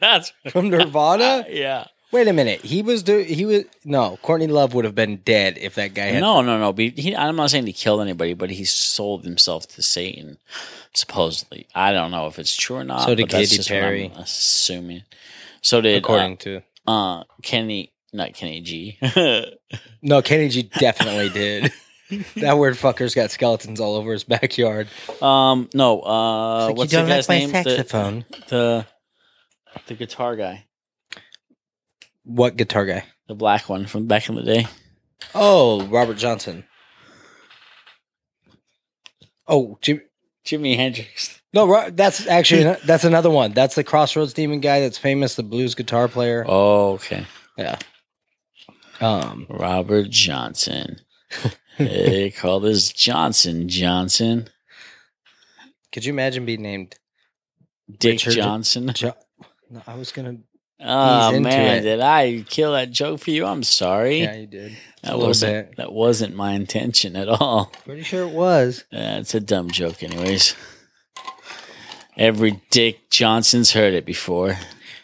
[SPEAKER 2] That's
[SPEAKER 1] from Nirvana.
[SPEAKER 2] yeah.
[SPEAKER 1] Wait a minute, he was do he was no Courtney Love would have been dead if that guy had.
[SPEAKER 2] No, no, no. Be- He, I'm not saying he killed anybody, but he sold himself to Satan, supposedly. I don't know if it's true or not.
[SPEAKER 1] So did
[SPEAKER 2] but that's
[SPEAKER 1] Katy
[SPEAKER 2] just what I'm
[SPEAKER 1] Perry.
[SPEAKER 2] assuming. So did uh,
[SPEAKER 1] according to
[SPEAKER 2] uh, Kenny, not Kenny G.
[SPEAKER 1] no Kenny G definitely did. That weird fucker's got skeletons all over his backyard.
[SPEAKER 2] Um, no. Uh, what's the guy's name? The, the the guitar guy,
[SPEAKER 1] What guitar guy?
[SPEAKER 2] the black one from back in the day.
[SPEAKER 1] Oh, Robert Johnson. Oh, Jim,
[SPEAKER 2] Jimi Hendrix.
[SPEAKER 1] No, Ro- that's actually that's another one. That's the Crossroads Demon guy that's famous, the blues guitar player.
[SPEAKER 2] Oh, okay.
[SPEAKER 1] Yeah. Um,
[SPEAKER 2] Robert Johnson. they call this Johnson Johnson.
[SPEAKER 1] could you imagine being named?
[SPEAKER 2] Dick
[SPEAKER 1] Richard-
[SPEAKER 2] Johnson.
[SPEAKER 1] Jo- no, I was gonna
[SPEAKER 2] Oh
[SPEAKER 1] into
[SPEAKER 2] man,
[SPEAKER 1] it.
[SPEAKER 2] did I kill that joke for you? I'm sorry.
[SPEAKER 1] Yeah, you did. a
[SPEAKER 2] that
[SPEAKER 1] little
[SPEAKER 2] wasn't
[SPEAKER 1] bit.
[SPEAKER 2] that wasn't my intention at all.
[SPEAKER 1] Pretty sure it was.
[SPEAKER 2] Uh, it's a dumb joke, anyways. Every Dick Johnson's heard it before.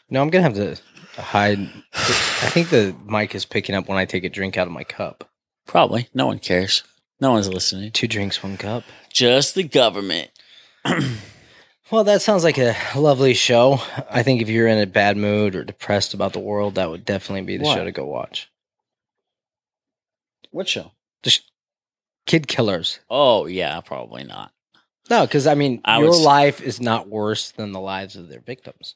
[SPEAKER 1] No, I'm gonna have to hide. I think the mic is picking up when I take a drink out of my cup.
[SPEAKER 2] Probably. No one cares. No one's listening.
[SPEAKER 1] Two drinks, one cup.
[SPEAKER 2] Just the government.
[SPEAKER 1] Well, that sounds like a lovely show. I think if you're in a bad mood or depressed about the world, that would definitely be the
[SPEAKER 2] What?
[SPEAKER 1] show to go watch.
[SPEAKER 2] What show?
[SPEAKER 1] Kid Killers.
[SPEAKER 2] Oh yeah, probably not.
[SPEAKER 1] No, because I mean,
[SPEAKER 2] I
[SPEAKER 1] your
[SPEAKER 2] would s-
[SPEAKER 1] life is not worse than the lives of their victims.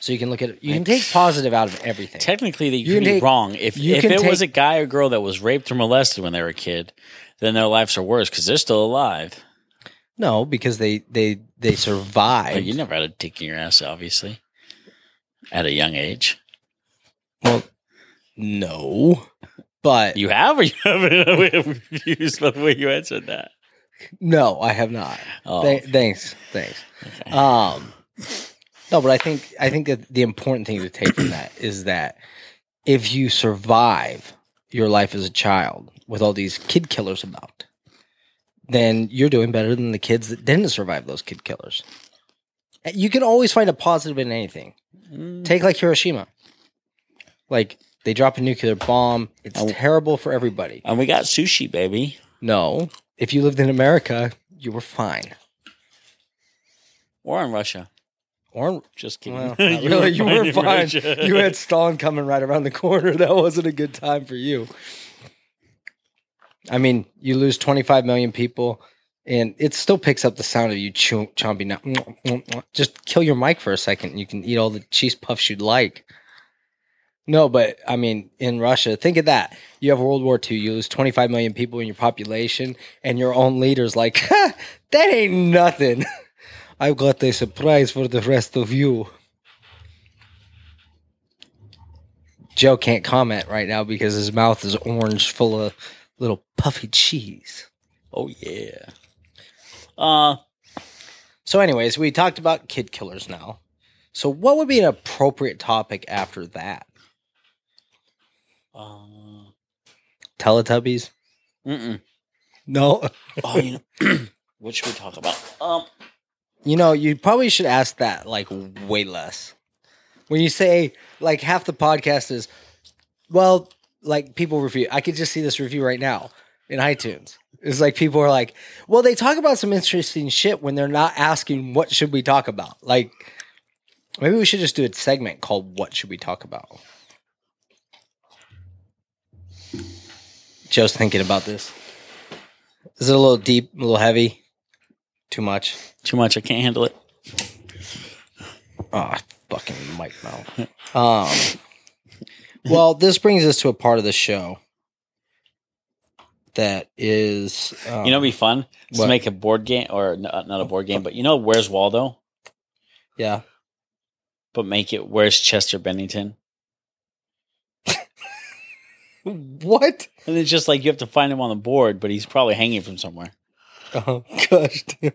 [SPEAKER 1] So you can look at it. You can take positive out of everything.
[SPEAKER 2] Technically, they
[SPEAKER 1] You
[SPEAKER 2] could be
[SPEAKER 1] can take-
[SPEAKER 2] wrong. If
[SPEAKER 1] you
[SPEAKER 2] if
[SPEAKER 1] can
[SPEAKER 2] it was a
[SPEAKER 1] take-
[SPEAKER 2] guy or girl that was raped or molested when they were a kid, then their lives are worse because they're still alive.
[SPEAKER 1] no, because they they they survive.
[SPEAKER 2] But you never had a dick in your ass, obviously, at a young age.
[SPEAKER 1] well, no, but
[SPEAKER 2] You have or you haven't? I'm confused by the way you answered that.
[SPEAKER 1] no, I have not.
[SPEAKER 2] Oh,
[SPEAKER 1] Th- thanks, thanks. Um, no, but I think I think that the important thing to take from that is that if you survive your life as a child with all these kid killers about, then you're doing better than the kids that didn't survive those kid killers. Eh, You can always find a positive in anything.
[SPEAKER 2] Mm,
[SPEAKER 1] Take like Hiroshima, like they drop a nuclear bomb. It's
[SPEAKER 2] Oh.
[SPEAKER 1] terrible for everybody.
[SPEAKER 2] and we got sushi, baby.
[SPEAKER 1] No, if you lived in America, you were fine.
[SPEAKER 2] Or in Russia.
[SPEAKER 1] Or
[SPEAKER 2] Just kidding.
[SPEAKER 1] Well, not really. You
[SPEAKER 2] fine
[SPEAKER 1] were
[SPEAKER 2] in
[SPEAKER 1] fine.
[SPEAKER 2] Russia.
[SPEAKER 1] you had Stalin coming right around the corner. That wasn't a good time for you. I mean, you lose 25 million people, and it still picks up the sound of you chew- chomping. Now, just kill your mic for a second, and you can eat all the cheese puffs you'd like. No, but I mean, in Russia, think of that. You have World War II, you lose 25 million people in your population, and your own leader's like, "Ha, that ain't nothing. I've got a surprise for the rest of you. Joe can't comment right now because his mouth is orange, full of little puffy cheese.
[SPEAKER 2] Oh yeah. Uh
[SPEAKER 1] So, anyways, we talked about kid killers now. So, what would be an appropriate topic after that?
[SPEAKER 2] uh,
[SPEAKER 1] Teletubbies?
[SPEAKER 2] mm-mm.
[SPEAKER 1] No.
[SPEAKER 2] Oh, you know, what should we talk about? Um,
[SPEAKER 1] You know, you probably should ask that like way less. When you say like half the podcast is, well, like people review. I could just see this review right now in iTunes. It's like people are like, well, they talk about some interesting shit when they're not asking what should we talk about. Like maybe we should just do a segment called "What Should We Talk About." Joe's thinking about this. Is it a little deep, a little heavy? Too much.
[SPEAKER 2] too much. I can't handle it.
[SPEAKER 1] Ah, fucking Mike Mel. Um, well, this brings us to a part of the show that is, um,
[SPEAKER 2] You know, it'd be fun Let's
[SPEAKER 1] what?
[SPEAKER 2] make a board game or n- uh, not a board game, but you know, where's Waldo?
[SPEAKER 1] yeah,
[SPEAKER 2] But make it where's Chester Bennington?
[SPEAKER 1] what?
[SPEAKER 2] And it's just like you have to find him on the board, but he's probably hanging from somewhere. Uh-huh.
[SPEAKER 1] Oh gosh, dude.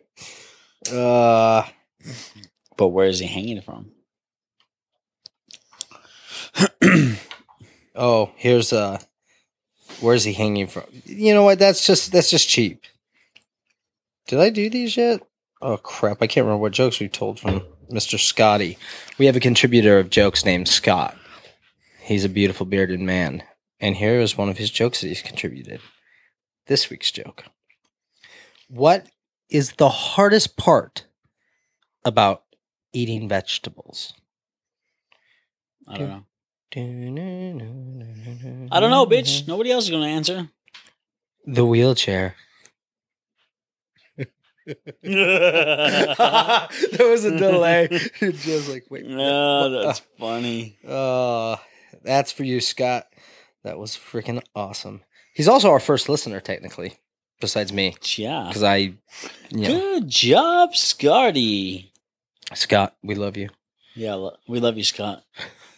[SPEAKER 1] Uh,
[SPEAKER 2] But where is he hanging from?
[SPEAKER 1] oh, here's uh, where's he hanging from? You know what? That's just that's just cheap. Did I do these yet? Oh crap! I can't remember what jokes we told from Mister Scotty. We have a contributor of jokes named Scott. He's a beautiful bearded man, and here is one of his jokes that he's contributed. This week's joke. What is the hardest part about eating vegetables?
[SPEAKER 2] I don't know.
[SPEAKER 1] I don't
[SPEAKER 2] I don't
[SPEAKER 1] know,
[SPEAKER 2] know, bitch.
[SPEAKER 1] Mm-hmm.
[SPEAKER 2] Nobody else is gonna answer.
[SPEAKER 1] The wheelchair. there was a delay. Just like wait. what
[SPEAKER 2] no, that's funny.
[SPEAKER 1] the- Uh, that's for you, Scott. That was freaking awesome. He's also our first listener, technically, besides me,
[SPEAKER 2] Yeah.
[SPEAKER 1] because I, you know,
[SPEAKER 2] Good job, Scotty.
[SPEAKER 1] Scott, we love you.
[SPEAKER 2] Yeah, lo- we love you, Scott.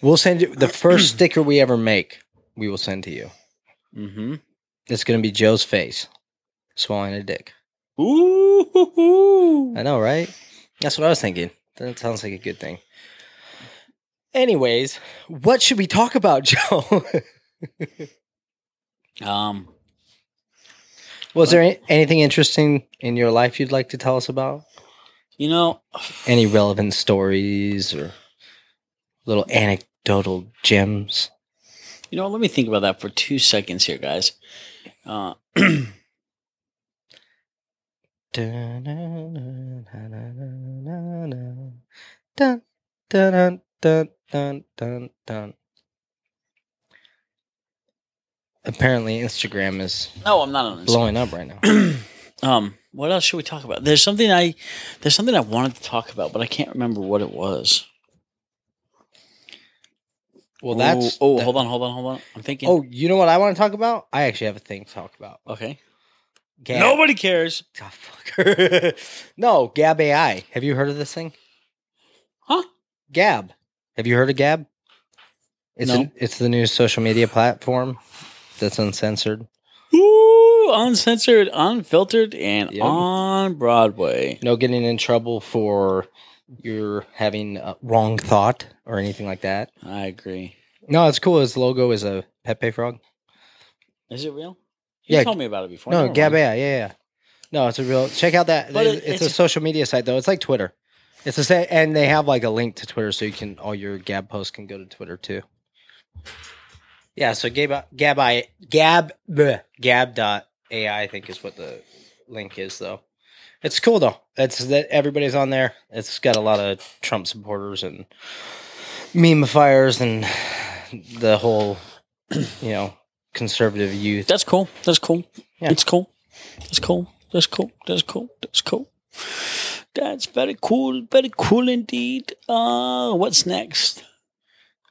[SPEAKER 1] We'll send you the first sticker we ever make. We will send to you.
[SPEAKER 2] Mm-hmm.
[SPEAKER 1] It's gonna be Joe's face swallowing a dick.
[SPEAKER 2] Ooh. hoo, hoo.
[SPEAKER 1] I know, right? That's what I was thinking. That sounds like a good thing. Anyways, what should we talk about, Joe?
[SPEAKER 2] Um,
[SPEAKER 1] Was there any- anything interesting in your life you'd like to tell us about?
[SPEAKER 2] you know,
[SPEAKER 1] Any relevant stories or little anecdotal gems?
[SPEAKER 2] you know, let me think about that for two seconds here, guys. Uh,
[SPEAKER 1] Dun-dun-dun-dun-dun-dun-dun. Dun, dun, dun, dun, dun, dun. Apparently, Instagram is
[SPEAKER 2] no, I'm not on this.
[SPEAKER 1] blowing up right now.
[SPEAKER 2] um, what else should we talk about? There's something I, there's something I wanted to talk about, but I can't remember what it was.
[SPEAKER 1] Well, that's.
[SPEAKER 2] oh,
[SPEAKER 1] that-
[SPEAKER 2] hold on, hold on, hold on. I'm thinking.
[SPEAKER 1] Oh, you know what I want to talk about? I actually have a thing to talk about.
[SPEAKER 2] okay.
[SPEAKER 1] Gab.
[SPEAKER 2] Nobody cares,
[SPEAKER 1] Oh, fucker. no, Gab AI. Have you heard of this thing?
[SPEAKER 2] huh?
[SPEAKER 1] Gab. Have you heard of Gab? It's
[SPEAKER 2] No.
[SPEAKER 1] an- it's the new social media platform that's uncensored.
[SPEAKER 2] Ooh, uncensored, unfiltered, and
[SPEAKER 1] Yep.
[SPEAKER 2] on Broadway.
[SPEAKER 1] No getting in trouble for your having a wrong thought or anything like that.
[SPEAKER 2] I agree.
[SPEAKER 1] No, it's cool. His logo is a Pepe frog.
[SPEAKER 2] Is it real? You
[SPEAKER 1] Yeah.
[SPEAKER 2] told me about it before.
[SPEAKER 1] No,
[SPEAKER 2] Never
[SPEAKER 1] Gab
[SPEAKER 2] mind.
[SPEAKER 1] AI. Yeah, yeah. No, it's a real. Check out that.
[SPEAKER 2] But it-
[SPEAKER 1] it's, a
[SPEAKER 2] it's-
[SPEAKER 1] social media site though. It's like Twitter. It's the same, and they have like a link to Twitter, so you can all your Gab posts can go to Twitter too. Yeah, so Gab Gab I Gab bleh, Gab dot AI, I think is what the link is though. It's cool though. It's that everybody's on there. It's got a lot of Trump supporters and memeifiers and the whole, you know, conservative youth.
[SPEAKER 2] That's cool. That's cool.
[SPEAKER 1] Yeah.
[SPEAKER 2] It's cool. That's cool. That's cool. That's cool. That's cool. That's very cool. Very cool indeed. Uh, what's next?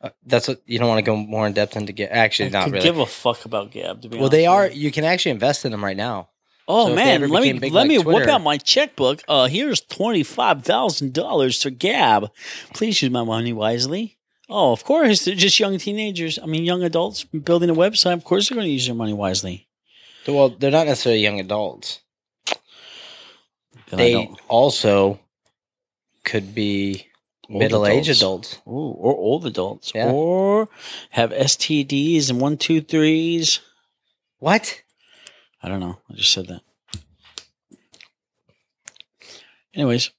[SPEAKER 1] Uh, that's what you don't want to go more in depth into. Get actually
[SPEAKER 2] I
[SPEAKER 1] not
[SPEAKER 2] could
[SPEAKER 1] really.
[SPEAKER 2] give a fuck about Gab. To be
[SPEAKER 1] well, they
[SPEAKER 2] honest
[SPEAKER 1] are.
[SPEAKER 2] with you.
[SPEAKER 1] You can actually invest in them right now.
[SPEAKER 2] Oh
[SPEAKER 1] so if they
[SPEAKER 2] man,
[SPEAKER 1] ever
[SPEAKER 2] let me
[SPEAKER 1] became big
[SPEAKER 2] let
[SPEAKER 1] like
[SPEAKER 2] me whip
[SPEAKER 1] Twitter-
[SPEAKER 2] out my checkbook. Uh, here's twenty five thousand dollars to Gab. Please use my money wisely. Oh, of course, they're just young teenagers. I mean, young adults building a website. Of course, they're going to use their money wisely.
[SPEAKER 1] Well, they're not necessarily young adults.
[SPEAKER 2] Then I
[SPEAKER 1] They
[SPEAKER 2] don't-
[SPEAKER 1] also could be
[SPEAKER 2] Old
[SPEAKER 1] middle-aged
[SPEAKER 2] adults.
[SPEAKER 1] adults.
[SPEAKER 2] Ooh, or old adults,
[SPEAKER 1] Yeah.
[SPEAKER 2] or have STDs and one, two, threes.
[SPEAKER 1] What?
[SPEAKER 2] I don't know. I just said that. Anyways,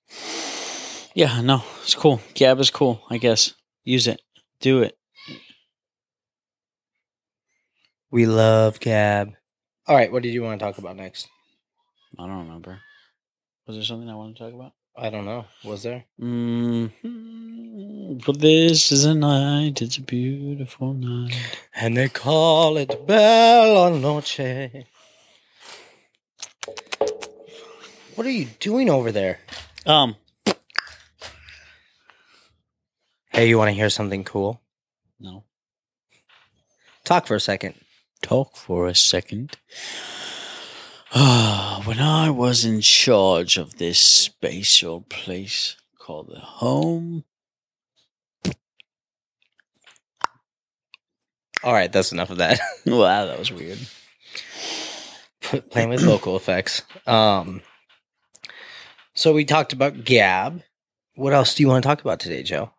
[SPEAKER 2] yeah, no, it's cool. Gab is cool, I guess. Use it, do it.
[SPEAKER 1] We love Gab. All right, what did you want to talk about next?
[SPEAKER 2] I don't remember. Was there something I want to talk about?
[SPEAKER 1] I don't know. Was there?
[SPEAKER 2] Mm, but this is a night. It's a beautiful night.
[SPEAKER 1] And they call it Bella Noche. What are you doing over there?
[SPEAKER 2] Um,
[SPEAKER 1] Hey, you want to hear something cool?
[SPEAKER 2] no.
[SPEAKER 1] Talk for a second.
[SPEAKER 2] talk for a second. Ah, when I was in charge of this spatial place called the home,
[SPEAKER 1] All right, that's enough of that.
[SPEAKER 2] wow, that was weird.
[SPEAKER 1] P- playing with vocal effects. Um, so we talked about Gab. What else do you want to talk about today, Joe?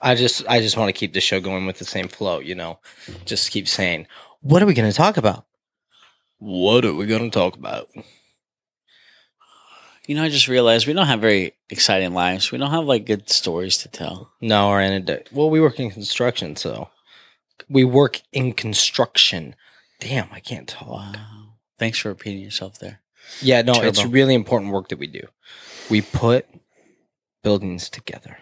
[SPEAKER 1] I just I just want to keep the show going with the same flow, you know. Just keep saying, "What are we going to talk about?" What are we going to talk about?
[SPEAKER 2] You know, I just realized we don't have very exciting lives. We don't have like good stories to tell.
[SPEAKER 1] No, or in a well, we work in construction, so we work in construction. Damn, I can't talk.
[SPEAKER 2] Wow. Thanks for repeating yourself there.
[SPEAKER 1] Yeah, no, it's
[SPEAKER 2] Turbo.
[SPEAKER 1] really important work that we do. We put buildings together.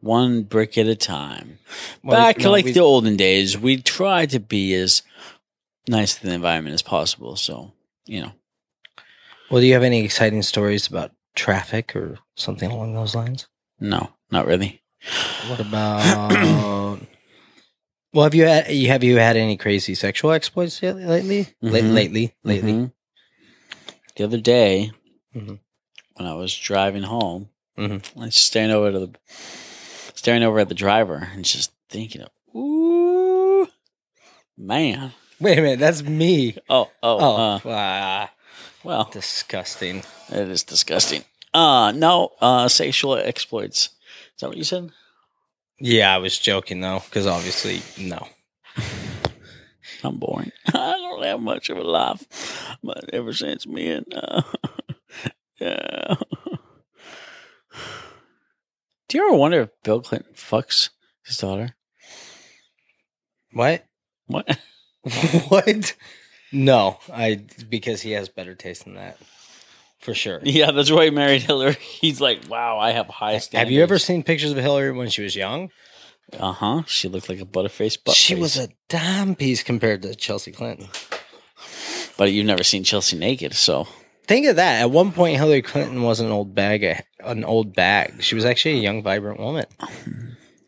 [SPEAKER 2] One brick at a time.
[SPEAKER 1] Well,
[SPEAKER 2] Back
[SPEAKER 1] no,
[SPEAKER 2] like
[SPEAKER 1] we-
[SPEAKER 2] the olden days, we tried to be as nice to the environment as possible. So, you know,
[SPEAKER 1] Well, do you have any exciting stories about traffic or something along those lines?
[SPEAKER 2] no, not really.
[SPEAKER 1] What about? well, have you had you have you had any crazy sexual exploits yet- lately? Late,
[SPEAKER 2] Mhm.
[SPEAKER 1] lately, lately.
[SPEAKER 2] Mhm. The other day,
[SPEAKER 1] Mhm.
[SPEAKER 2] when I was driving home,
[SPEAKER 1] Mhm.
[SPEAKER 2] I was staring over to the staring over at the driver and just thinking, "Ooh, man!
[SPEAKER 1] Wait a minute, that's me.
[SPEAKER 2] Oh, oh,
[SPEAKER 1] Oh,
[SPEAKER 2] Uh,
[SPEAKER 1] ah,
[SPEAKER 2] well,
[SPEAKER 1] disgusting.
[SPEAKER 2] it is disgusting." Uh no, uh, sexual exploits. Is that what you said?
[SPEAKER 1] Yeah, I was joking though, because obviously, no.
[SPEAKER 2] I'm boring. I don't have much of a life, but ever since me and uh, yeah. Do you ever wonder if Bill Clinton fucks his daughter?
[SPEAKER 1] What?
[SPEAKER 2] What?
[SPEAKER 1] what? No, I because he has better taste than that, for sure.
[SPEAKER 2] Yeah, that's why he married Hillary. He's like, wow, I have high
[SPEAKER 1] Have
[SPEAKER 2] standards.
[SPEAKER 1] you ever seen pictures of Hillary when she was young?
[SPEAKER 2] Uh huh. She looked like a butterface, but
[SPEAKER 1] she was a dime piece compared to Chelsea Clinton.
[SPEAKER 2] But you've never seen Chelsea naked, so
[SPEAKER 1] Think of that. At one point, Hillary Clinton was an old bag, an old bag. She was actually a young, vibrant woman.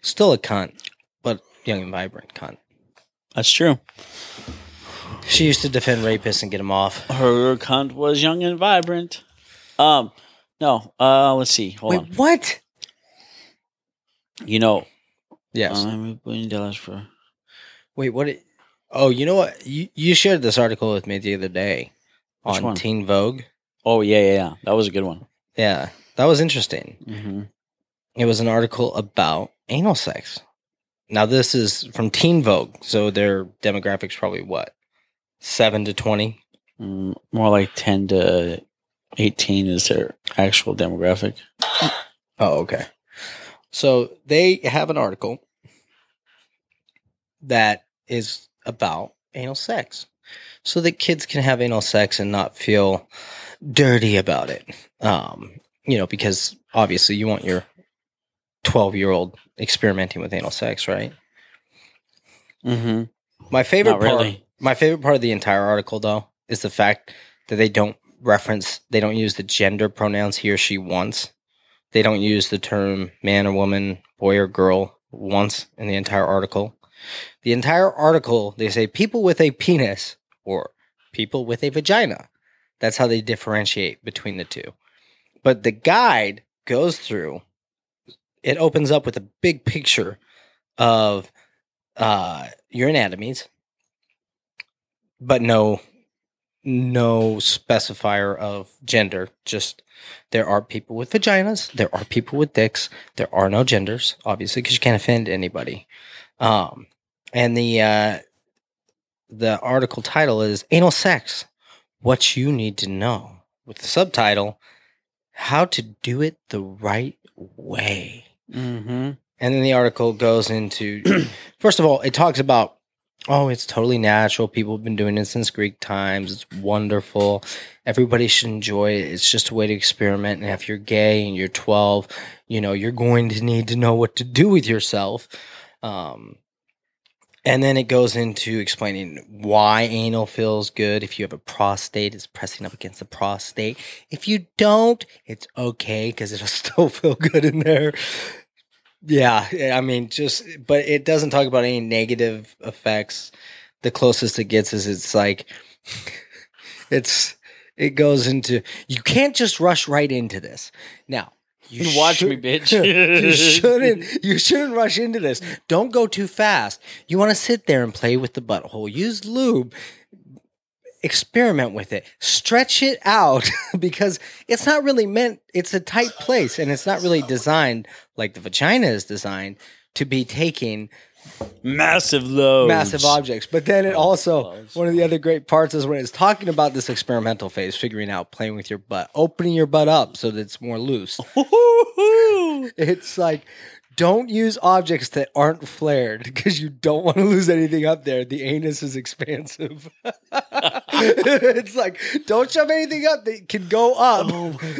[SPEAKER 1] Still a cunt, but young and vibrant cunt.
[SPEAKER 2] that's true.
[SPEAKER 1] She used to defend rapists and get them off.
[SPEAKER 2] Her cunt was young and vibrant. Um, no. Uh, let's see. Hold on.
[SPEAKER 1] Wait, what?
[SPEAKER 2] You know,
[SPEAKER 1] Yes.
[SPEAKER 2] uh, I'm million dollars for.
[SPEAKER 1] Wait, what? It, oh, you know what? You, you shared this article with me the other day
[SPEAKER 2] Which
[SPEAKER 1] on
[SPEAKER 2] one?
[SPEAKER 1] Teen Vogue.
[SPEAKER 2] Oh yeah, yeah, yeah. That was a good one.
[SPEAKER 1] Yeah, that was interesting.
[SPEAKER 2] Mm-hmm.
[SPEAKER 1] It was an article about anal sex. Now, this is from Teen Vogue, so their demographics probably what seven to twenty.
[SPEAKER 2] Mm, more like ten to eighteen is their actual demographic.
[SPEAKER 1] Oh, okay. So they have an article that is about anal sex so that kids can have anal sex and not feel dirty about it. Um, you know, because obviously you want your 12 year old experimenting with anal sex, right?
[SPEAKER 2] Mm-hmm.
[SPEAKER 1] My favorite
[SPEAKER 2] Not
[SPEAKER 1] part,
[SPEAKER 2] really.
[SPEAKER 1] my favorite part of the entire article though, is the fact that they don't reference, they don't use the gender pronouns he or she once. They don't use the term man or woman, boy or girl once in the entire article. The entire article, they say people with a penis or people with a vagina. That's how they differentiate between the two. But the guide goes through, it opens up with a big picture of uh, your anatomies, but no no specifier of gender just there are people with vaginas there are people with dicks there are no genders obviously because you can't offend anybody um and the uh the article title is anal sex what you need to know with the subtitle how to do it the right way
[SPEAKER 2] Mm-hmm.
[SPEAKER 1] and then the article goes into, first of all, it talks about, oh, it's totally natural. People have been doing it since Greek times. It's wonderful. Everybody should enjoy it. It's just a way to experiment. And if you're gay and you're 12, you know, you're going to need to know what to do with yourself. Um, and then it goes into explaining why anal feels good. If you have a prostate, it's pressing up against the prostate. If you don't, it's okay because it'll still feel good in there. Yeah, yeah, I mean, just but it doesn't talk about any negative effects. The closest it gets is it's like it's it goes into you can't just rush right into this. Now you
[SPEAKER 2] You watch
[SPEAKER 1] should-
[SPEAKER 2] me, bitch.
[SPEAKER 1] you shouldn't you shouldn't rush into this. Don't go too fast. You want to sit there and play with the butthole. Use lube. Experiment with it. Stretch it out because it's not really meant it's a tight place and it's not really designed like the vagina is designed to be taking
[SPEAKER 2] Massive loads.
[SPEAKER 1] massive objects. But then it also
[SPEAKER 2] Loads.
[SPEAKER 1] one of the other great parts is when it's talking about this experimental phase, figuring out playing with your butt, opening your butt up so that it's more loose.
[SPEAKER 2] Woo-hoo-hoo.
[SPEAKER 1] It's like don't use objects that aren't flared because you don't want to lose anything up there. The anus is expansive. it's like don't shove anything up that can go up
[SPEAKER 2] Oh my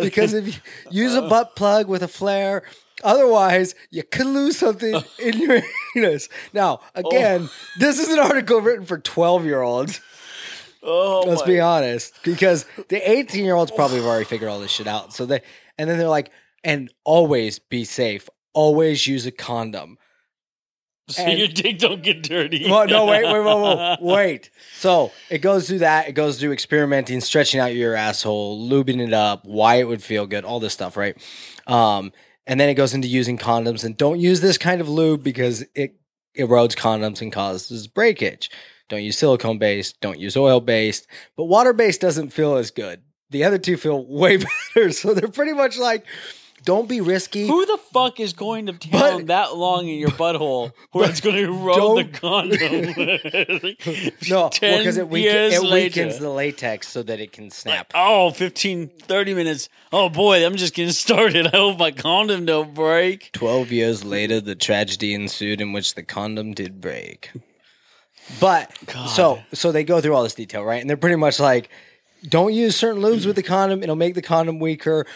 [SPEAKER 1] because if you use a butt plug with a flare, otherwise you could lose something in your anus. Now, again, this is an article written for 12 year olds.
[SPEAKER 2] oh
[SPEAKER 1] Let's
[SPEAKER 2] my-
[SPEAKER 1] be honest, because the 18 year olds probably have already figured all this shit out. So they, and then they're like, and always be safe. Always use a condom.
[SPEAKER 2] so
[SPEAKER 1] and-
[SPEAKER 2] your dick don't get dirty.
[SPEAKER 1] Well, no, wait, wait, wait, wait, wait. So it goes through that. It goes through experimenting, stretching out your asshole, lubing it up, why it would feel good, all this stuff, right? Um, and then it goes into using condoms and don't use this kind of lube because it erodes condoms and causes breakage. Don't use silicone based, don't use oil based, but water based doesn't feel as good. The other two feel way better. So they're pretty much like Don't be risky.
[SPEAKER 3] Who the fuck is going to town
[SPEAKER 1] But-
[SPEAKER 3] that long in your butthole where it's going to erode the condom?
[SPEAKER 1] No,
[SPEAKER 2] 10
[SPEAKER 1] because it, weaken-
[SPEAKER 2] years
[SPEAKER 1] it
[SPEAKER 2] later.
[SPEAKER 1] weakens the latex so that it can snap.
[SPEAKER 2] Oh, 15, 30 minutes. Oh boy, I'm just getting started. I hope my condom don't break.
[SPEAKER 1] Twelve years later, the tragedy ensued in which the condom did break. But so so they go through all this detail, right? And they're pretty much like, don't use certain lubes with the condom; it'll make the condom weaker.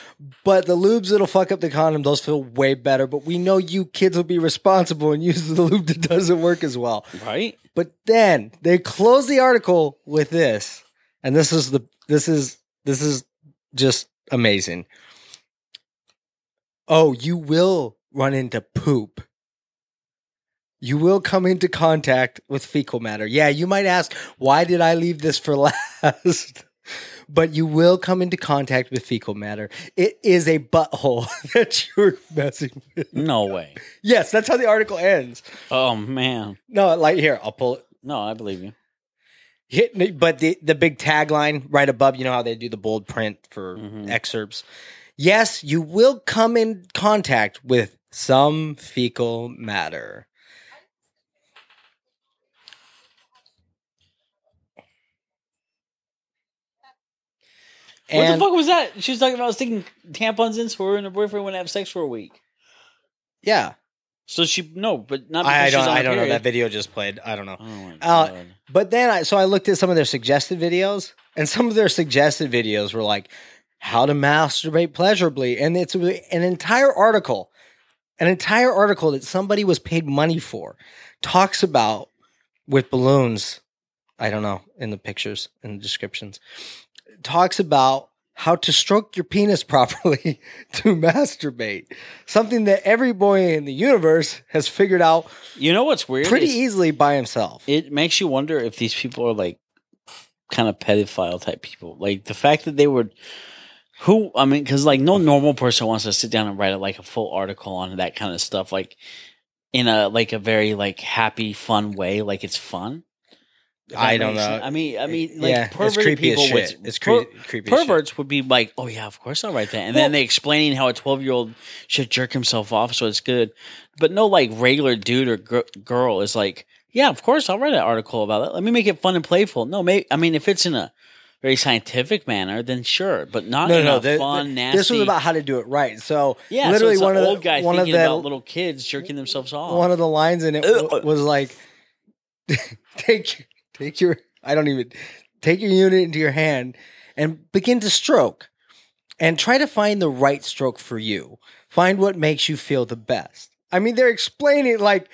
[SPEAKER 1] But the lubes that'll fuck up the condom, those feel way better. But we know you kids will be responsible and use the lube that doesn't work as well.
[SPEAKER 2] Right?
[SPEAKER 1] But then they close the article with this, and this is the this is this is just amazing. Oh, you will run into poop. You will come into contact with fecal matter. Yeah, you might ask, why did I leave this for last? But you will come into contact with fecal matter. It is a butthole that you're messing with.
[SPEAKER 2] No way.
[SPEAKER 1] Yes, that's how the article ends.
[SPEAKER 2] Oh man.
[SPEAKER 1] No, like here, I'll pull it.
[SPEAKER 2] No, I believe you.
[SPEAKER 1] Hit, but the, the big tagline right above, you know how they do the bold print for
[SPEAKER 2] Mhm.
[SPEAKER 1] excerpts. Yes, you will come in contact with some fecal matter.
[SPEAKER 3] what the
[SPEAKER 1] And
[SPEAKER 3] fuck was that? She was talking about I was thinking tampons in so her and her boyfriend wouldn't have sex for a week.
[SPEAKER 1] yeah,
[SPEAKER 2] So she no, but not because
[SPEAKER 1] I, I
[SPEAKER 2] she's
[SPEAKER 1] don't,
[SPEAKER 2] on
[SPEAKER 1] I
[SPEAKER 2] her
[SPEAKER 1] don't know. That
[SPEAKER 2] period.
[SPEAKER 1] video just played. I don't know.
[SPEAKER 2] Oh my
[SPEAKER 1] Uh,
[SPEAKER 2] god.
[SPEAKER 1] But then I so I looked at some of their suggested videos, and some of their suggested videos were like how to masturbate pleasurably, and it's an entire article, an entire article that somebody was paid money for, talks about with balloons. I don't know in the pictures in the descriptions, talks about how to stroke your penis properly to masturbate, something that every boy in the universe has figured out
[SPEAKER 2] You know what's weird?
[SPEAKER 1] pretty
[SPEAKER 2] is
[SPEAKER 1] easily by himself.
[SPEAKER 2] it makes you wonder if these people are like kind of pedophile type people. Like the fact that they were who I mean, because like no normal person wants to sit down and write a, like a full article on that kind of stuff, like in a like a very like happy, fun way, like it's fun. If that
[SPEAKER 1] I don't
[SPEAKER 2] makes
[SPEAKER 1] know.
[SPEAKER 2] sense. I mean, I mean, like
[SPEAKER 1] yeah, it's
[SPEAKER 2] perverted
[SPEAKER 1] creepy as
[SPEAKER 2] people
[SPEAKER 1] shit.
[SPEAKER 2] would-
[SPEAKER 1] it's
[SPEAKER 2] per-
[SPEAKER 1] cre- creepy. as shit.
[SPEAKER 2] perverts would be like, "Oh yeah, of course I'll write that," and
[SPEAKER 1] Well-
[SPEAKER 2] then they explaining how a twelve year old should jerk himself off, so it's good. But no, like regular dude or gr- girl is like, "Yeah, of course I'll write an article about it. Let me make it fun and playful." No, may- I mean, if it's in a very scientific manner, then sure, but not
[SPEAKER 1] No,
[SPEAKER 2] in
[SPEAKER 1] no,
[SPEAKER 2] a
[SPEAKER 1] the-
[SPEAKER 2] fun, nasty.
[SPEAKER 1] This was about how to do it right. So
[SPEAKER 2] yeah,
[SPEAKER 1] literally
[SPEAKER 2] so it's
[SPEAKER 1] one
[SPEAKER 2] an
[SPEAKER 1] of the,
[SPEAKER 2] old guy
[SPEAKER 1] one of
[SPEAKER 2] thinking
[SPEAKER 1] the
[SPEAKER 2] about little kids jerking themselves off.
[SPEAKER 1] one of the lines in it
[SPEAKER 2] Oh. Ugh.
[SPEAKER 1] w- was like, take take your I don't even take your unit into your hand and begin to stroke, and try to find the right stroke for you. Find what makes you feel the best. I mean, they're explaining like.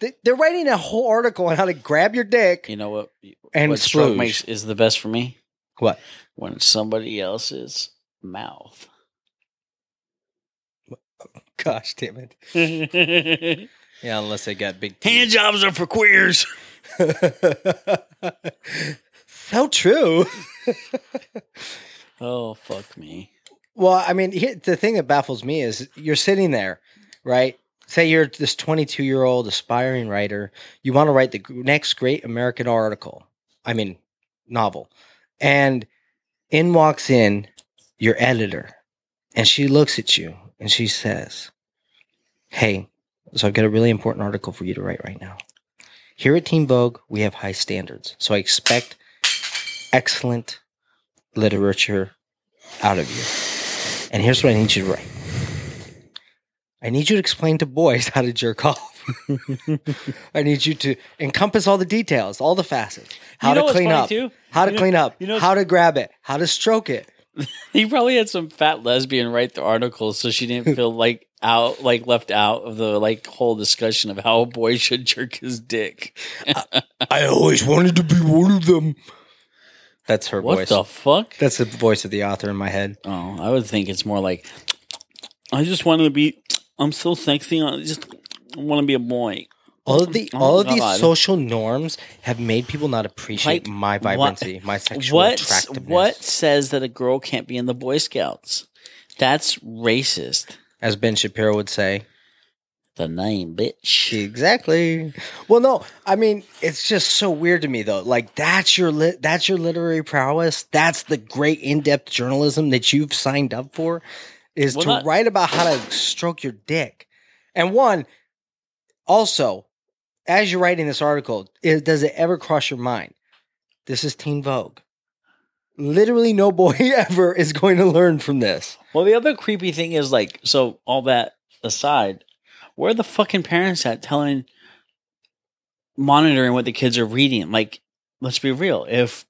[SPEAKER 1] they- They're writing a whole article on how to grab your dick
[SPEAKER 2] you know what?
[SPEAKER 1] and
[SPEAKER 2] what stroke
[SPEAKER 1] splooge.
[SPEAKER 2] makes is the best for me
[SPEAKER 1] what?
[SPEAKER 2] when it's somebody else's mouth.
[SPEAKER 1] Gosh, damn it!
[SPEAKER 2] Hand
[SPEAKER 1] Yeah, unless they got big
[SPEAKER 2] jobs are for queers.
[SPEAKER 1] so true.
[SPEAKER 2] Oh fuck me.
[SPEAKER 1] Well, I mean, here, the thing that baffles me is you're sitting there, right? Say you're this 22 year old aspiring writer. You want to write the gr- next great American article, I mean, novel. And in walks in your editor, and she looks at you and she says, Hey, so I've got a really important article for you to write right now. Here at Team Vogue, we have high standards. So I expect excellent literature out of you. And here's what I need you to write. I need you to explain to boys how to jerk off. I need you to encompass all the details, all the facets, how
[SPEAKER 2] You know
[SPEAKER 1] to
[SPEAKER 2] what's
[SPEAKER 1] clean
[SPEAKER 2] funny
[SPEAKER 1] up,
[SPEAKER 2] too?
[SPEAKER 1] how to
[SPEAKER 2] You know-
[SPEAKER 1] clean up,
[SPEAKER 2] you know-
[SPEAKER 1] how to grab it, how to stroke it.
[SPEAKER 2] He probably had some fat lesbian write the article so she didn't feel like out like left out of the like whole discussion of how a boy should jerk his dick.
[SPEAKER 1] I always wanted to be one of them. That's her
[SPEAKER 2] What
[SPEAKER 1] voice.
[SPEAKER 2] the fuck?
[SPEAKER 1] That's the voice of the author in my head.
[SPEAKER 2] Oh, I would think it's more like I just want to be I'm so sexy, I just want to be a boy.
[SPEAKER 1] All of the
[SPEAKER 2] Oh,
[SPEAKER 1] all of these
[SPEAKER 2] God.
[SPEAKER 1] social norms have made people not appreciate
[SPEAKER 2] Like,
[SPEAKER 1] my
[SPEAKER 2] what-
[SPEAKER 1] vibrancy, my sexual
[SPEAKER 2] What
[SPEAKER 1] attractiveness.
[SPEAKER 2] what says that a girl can't be in the Boy Scouts? That's racist.
[SPEAKER 1] as Ben Shapiro would say.
[SPEAKER 2] The name, bitch.
[SPEAKER 1] Exactly. Well, no, I mean it's just so weird to me though. Like that's your lit, that's your literary prowess. That's the great in depth journalism that you've signed up for, is
[SPEAKER 3] Well,
[SPEAKER 1] to
[SPEAKER 3] not-
[SPEAKER 1] write about how to stroke your dick. And one, also, as you're writing this article, is, does it ever cross your mind? This is Teen Vogue. Literally, no boy ever is going to learn from this.
[SPEAKER 3] Well, the other creepy thing is like,
[SPEAKER 2] So all that aside, where are the fucking parents at telling monitoring what the kids are reading? Like, let's be real. If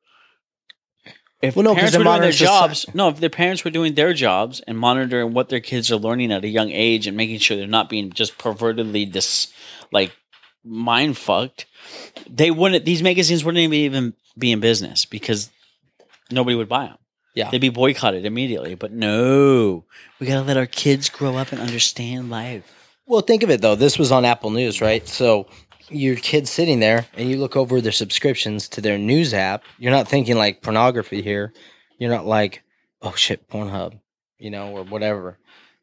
[SPEAKER 2] if
[SPEAKER 1] Well, no, 'cause
[SPEAKER 2] parents
[SPEAKER 1] the
[SPEAKER 2] were doing their
[SPEAKER 1] modern soci-
[SPEAKER 2] jobs, no, if the parents were doing their jobs and monitoring what their kids are learning at a young age and making sure they're not being just pervertedly dis like mind fucked, they wouldn't. These magazines wouldn't even be in business because nobody would buy them.
[SPEAKER 1] Yeah.
[SPEAKER 2] they'd be boycotted immediately. But no, we gotta let our kids grow up and understand life.
[SPEAKER 1] Well, think of it though. This was on Apple News, right? So your kid's sitting there and you look over their subscriptions to their news app. You're not thinking like pornography here. You're not like, oh shit, Pornhub, you know, or whatever.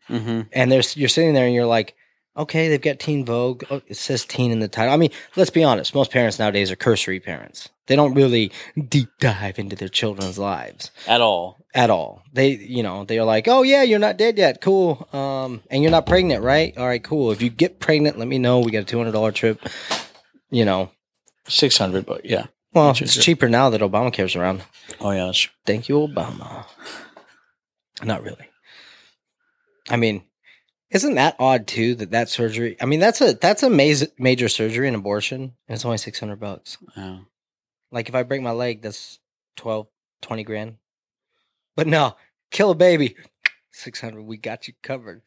[SPEAKER 2] Mm-hmm.
[SPEAKER 1] And there's you're sitting there and you're like, okay, they've got Teen Vogue. Oh, it says teen in the title. I mean, let's be honest. Most parents nowadays are cursory parents. They don't really deep dive into their children's lives
[SPEAKER 2] At all,
[SPEAKER 1] at all. They, you know, they're like, "Oh yeah, you're not dead yet. Cool. Um, and you're not pregnant, right? All right, cool. If you get pregnant, let me know. We got a two hundred dollar trip. You know,
[SPEAKER 2] six hundred. But yeah,
[SPEAKER 1] well,
[SPEAKER 2] Sure,
[SPEAKER 1] it's
[SPEAKER 2] sure.
[SPEAKER 1] cheaper now that Obamacare's around.
[SPEAKER 2] oh yeah, that's-
[SPEAKER 1] Thank you, Obama. Not really. I mean, isn't that odd too? That that surgery. I mean, that's a that's a major major surgery and abortion, and it's only six hundred bucks.
[SPEAKER 2] yeah.
[SPEAKER 1] Like if I break my leg, that's 12, 20 grand. But no, kill a baby, 600, we got you covered.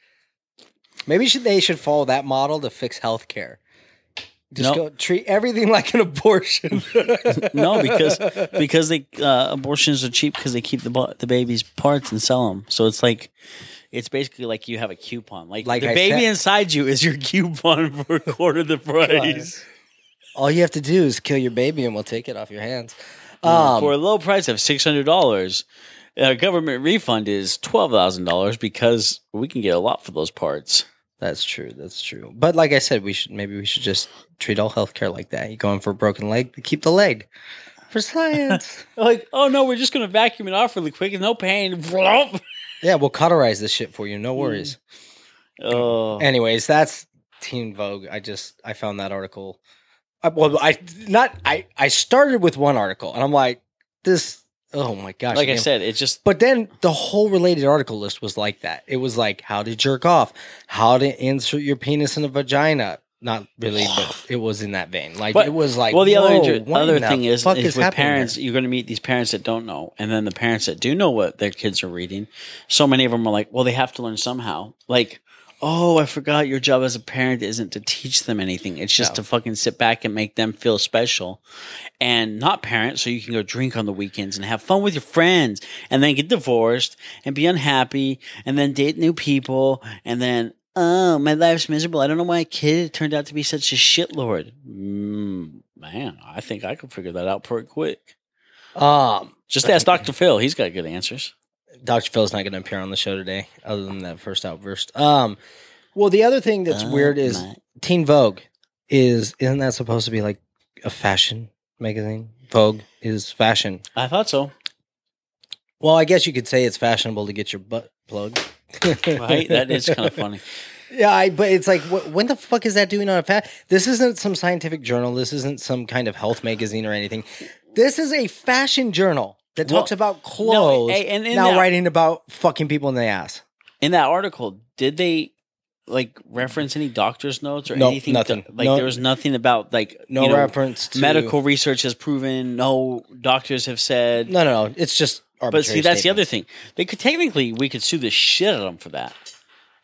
[SPEAKER 1] Maybe should, they should follow that model to fix healthcare. Just
[SPEAKER 2] No.
[SPEAKER 1] go treat everything like an abortion.
[SPEAKER 2] No, because- because they uh, abortions are cheap because they keep the bo- the baby's parts and sell them. So it's like. It's basically like you have a coupon. Like,
[SPEAKER 1] Like
[SPEAKER 2] the
[SPEAKER 1] I
[SPEAKER 2] baby
[SPEAKER 1] said-
[SPEAKER 2] inside you is your coupon for a quarter of the price.
[SPEAKER 1] all you have to do is kill your baby and we'll take it off your hands.
[SPEAKER 2] Uh,
[SPEAKER 1] Um,
[SPEAKER 2] for a low price of six hundred dollars, a government refund is twelve thousand dollars because we can get a lot for those parts.
[SPEAKER 1] That's true. That's true. But like I said, we should maybe we should just treat all healthcare like that. You going for a broken leg, keep the leg for science.
[SPEAKER 2] Like, oh no, we're just gonna vacuum it off really quick and no pain. Vlomp.
[SPEAKER 1] Yeah, we'll cauterize this shit for you.
[SPEAKER 2] Mm.
[SPEAKER 1] No worries.
[SPEAKER 2] Oh,
[SPEAKER 1] Anyways, that's Teen Vogue. I just I found that article. I, well, I not I I started with one article and I'm like this. Oh my gosh!
[SPEAKER 2] like I
[SPEAKER 1] can't-
[SPEAKER 2] said, it just
[SPEAKER 1] But then the whole related article list was like that. It was like how to jerk off, how to insert your penis in a vagina. Not really, but it was in that vein. Like
[SPEAKER 2] But-
[SPEAKER 1] it was like
[SPEAKER 2] well, the other
[SPEAKER 1] whoa,
[SPEAKER 2] inter-
[SPEAKER 1] what
[SPEAKER 2] other
[SPEAKER 1] in the
[SPEAKER 2] thing is,
[SPEAKER 1] fuck
[SPEAKER 2] is with
[SPEAKER 1] happening
[SPEAKER 2] parents,
[SPEAKER 1] here?
[SPEAKER 2] you're going to meet these parents that don't know, and then the parents that do know what their kids are reading. So many of them are like, well, they have to learn somehow. Like, oh, I forgot your job as a parent isn't to teach them anything; it's just
[SPEAKER 1] No.
[SPEAKER 2] to fucking sit back and make them feel special, and not parent, so you can go drink on the weekends and have fun with your friends, and then get divorced and be unhappy, and then date new people, and then. Oh, my life's miserable. I don't know why a kid turned out to be such a shitlord. Mm, man, I think I could figure that out pretty quick.
[SPEAKER 1] Um,
[SPEAKER 2] Just ask Dr. Phil. He's got good answers.
[SPEAKER 1] Dr. Phil's not going to appear on the show today, other than that first outburst. Um, well, the other thing that's
[SPEAKER 2] Oh,
[SPEAKER 1] weird is
[SPEAKER 2] my-
[SPEAKER 1] Teen Vogue is isn't that supposed to be like a fashion magazine? Vogue is fashion.
[SPEAKER 2] I thought so.
[SPEAKER 1] Well, I guess you could say it's fashionable to get your butt plugged,
[SPEAKER 2] Right? that is kind of funny.
[SPEAKER 1] Yeah, I, but it's like, what, when the fuck is that doing on a fat? This isn't some scientific journal. This isn't some kind of health magazine or anything. This is a fashion journal that
[SPEAKER 2] Well,
[SPEAKER 1] talks about clothes.
[SPEAKER 2] hey, and in
[SPEAKER 1] now
[SPEAKER 2] that-
[SPEAKER 1] writing about fucking people in the ass.
[SPEAKER 2] In that article, did they like reference any doctor's notes or
[SPEAKER 1] No,
[SPEAKER 2] anything?
[SPEAKER 1] nothing.
[SPEAKER 2] to- like
[SPEAKER 1] No-
[SPEAKER 2] there was nothing about like
[SPEAKER 1] No
[SPEAKER 2] you know,
[SPEAKER 1] reference to
[SPEAKER 2] medical research has proven. No doctors have said.
[SPEAKER 1] No, no, no. It's just arbitrary.
[SPEAKER 2] but see, that's the other
[SPEAKER 1] statements.
[SPEAKER 2] thing. They could technically we could sue the shit out of them for that.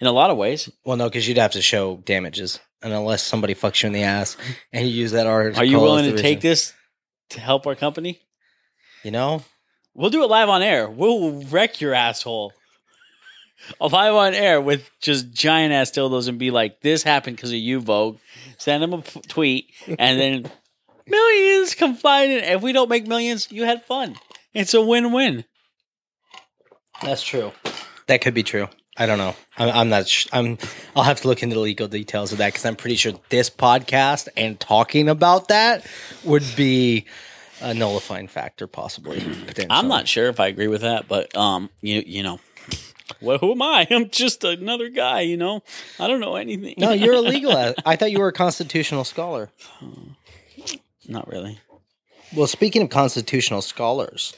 [SPEAKER 2] In a lot of ways,
[SPEAKER 1] Well, no, because you'd have to show damages, and unless somebody fucks you in the ass and you use that article,
[SPEAKER 2] are you
[SPEAKER 1] as
[SPEAKER 2] willing
[SPEAKER 1] the
[SPEAKER 2] to take
[SPEAKER 1] reason-
[SPEAKER 2] this to help our company?
[SPEAKER 1] You know,
[SPEAKER 2] We'll do it live on air. We'll wreck your asshole. live on air with just giant ass dildos and be like, this happened because of you, Vogue. Send them a p- tweet and then millions come flying in. If we don't make millions, you had fun. It's a win win.
[SPEAKER 1] that's true. That could be true. I don't know. I'm, I'm not. Sh- I'm. I'll have to look into the legal details of that because I'm pretty sure this podcast and talking about that would be a nullifying factor, possibly. Potentially.
[SPEAKER 2] I'm not sure if I agree with that, but um, you you know, Well, who am I? I'm just another guy, you know? I don't know anything.
[SPEAKER 1] No, you're a legal. ad- I thought you were a constitutional scholar.
[SPEAKER 2] Not really.
[SPEAKER 1] Well, speaking of constitutional scholars,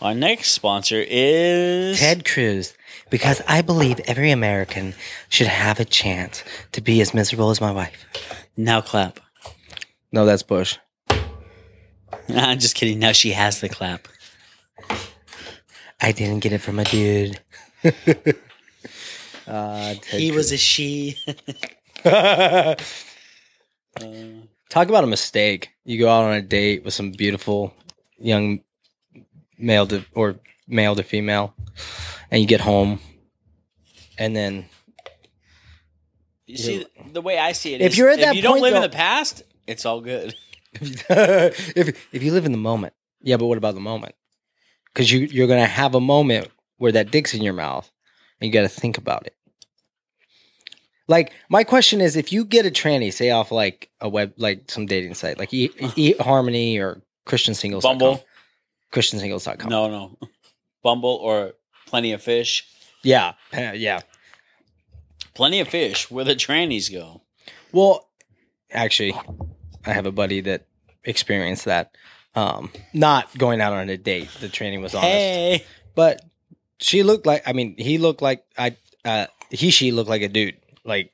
[SPEAKER 2] Our next sponsor is
[SPEAKER 1] Ted Cruz, because I believe every American should have a chance to be as miserable as my wife.
[SPEAKER 2] Now Clap.
[SPEAKER 1] No, that's Bush.
[SPEAKER 2] Nah, I'm just kidding. Now she has the clap.
[SPEAKER 1] I didn't get it from a dude. uh, Ted
[SPEAKER 3] He was a she.
[SPEAKER 2] Uh,
[SPEAKER 1] Talk about a mistake. You go out on a date with some beautiful young male to or male to female, and you get home, and then
[SPEAKER 2] You see, the way I see it,
[SPEAKER 1] If
[SPEAKER 2] is
[SPEAKER 1] you're at that
[SPEAKER 2] you don't
[SPEAKER 1] point,
[SPEAKER 2] live in
[SPEAKER 1] though-
[SPEAKER 2] the past, it's all good.
[SPEAKER 1] if if you live in the moment, yeah. But what about the moment? Because you you're gonna have a moment where that dick's in your mouth, and you got to think about it. Like my question is, if you get a tranny, say off like a web, like some dating site, like e- e- Harmony or Christian Singles,
[SPEAKER 2] Uh-huh. Bumble.
[SPEAKER 1] Christian Singles.com.
[SPEAKER 2] No, no. Bumble or Plenty of Fish.
[SPEAKER 1] Yeah, yeah.
[SPEAKER 2] Plenty of Fish, where the trannies go.
[SPEAKER 1] Well, actually, I have a buddy that experienced that. Um, not going out on a date. The tranny was honest.
[SPEAKER 2] Hey.
[SPEAKER 1] but she looked like i mean he looked like i uh he she looked like a dude like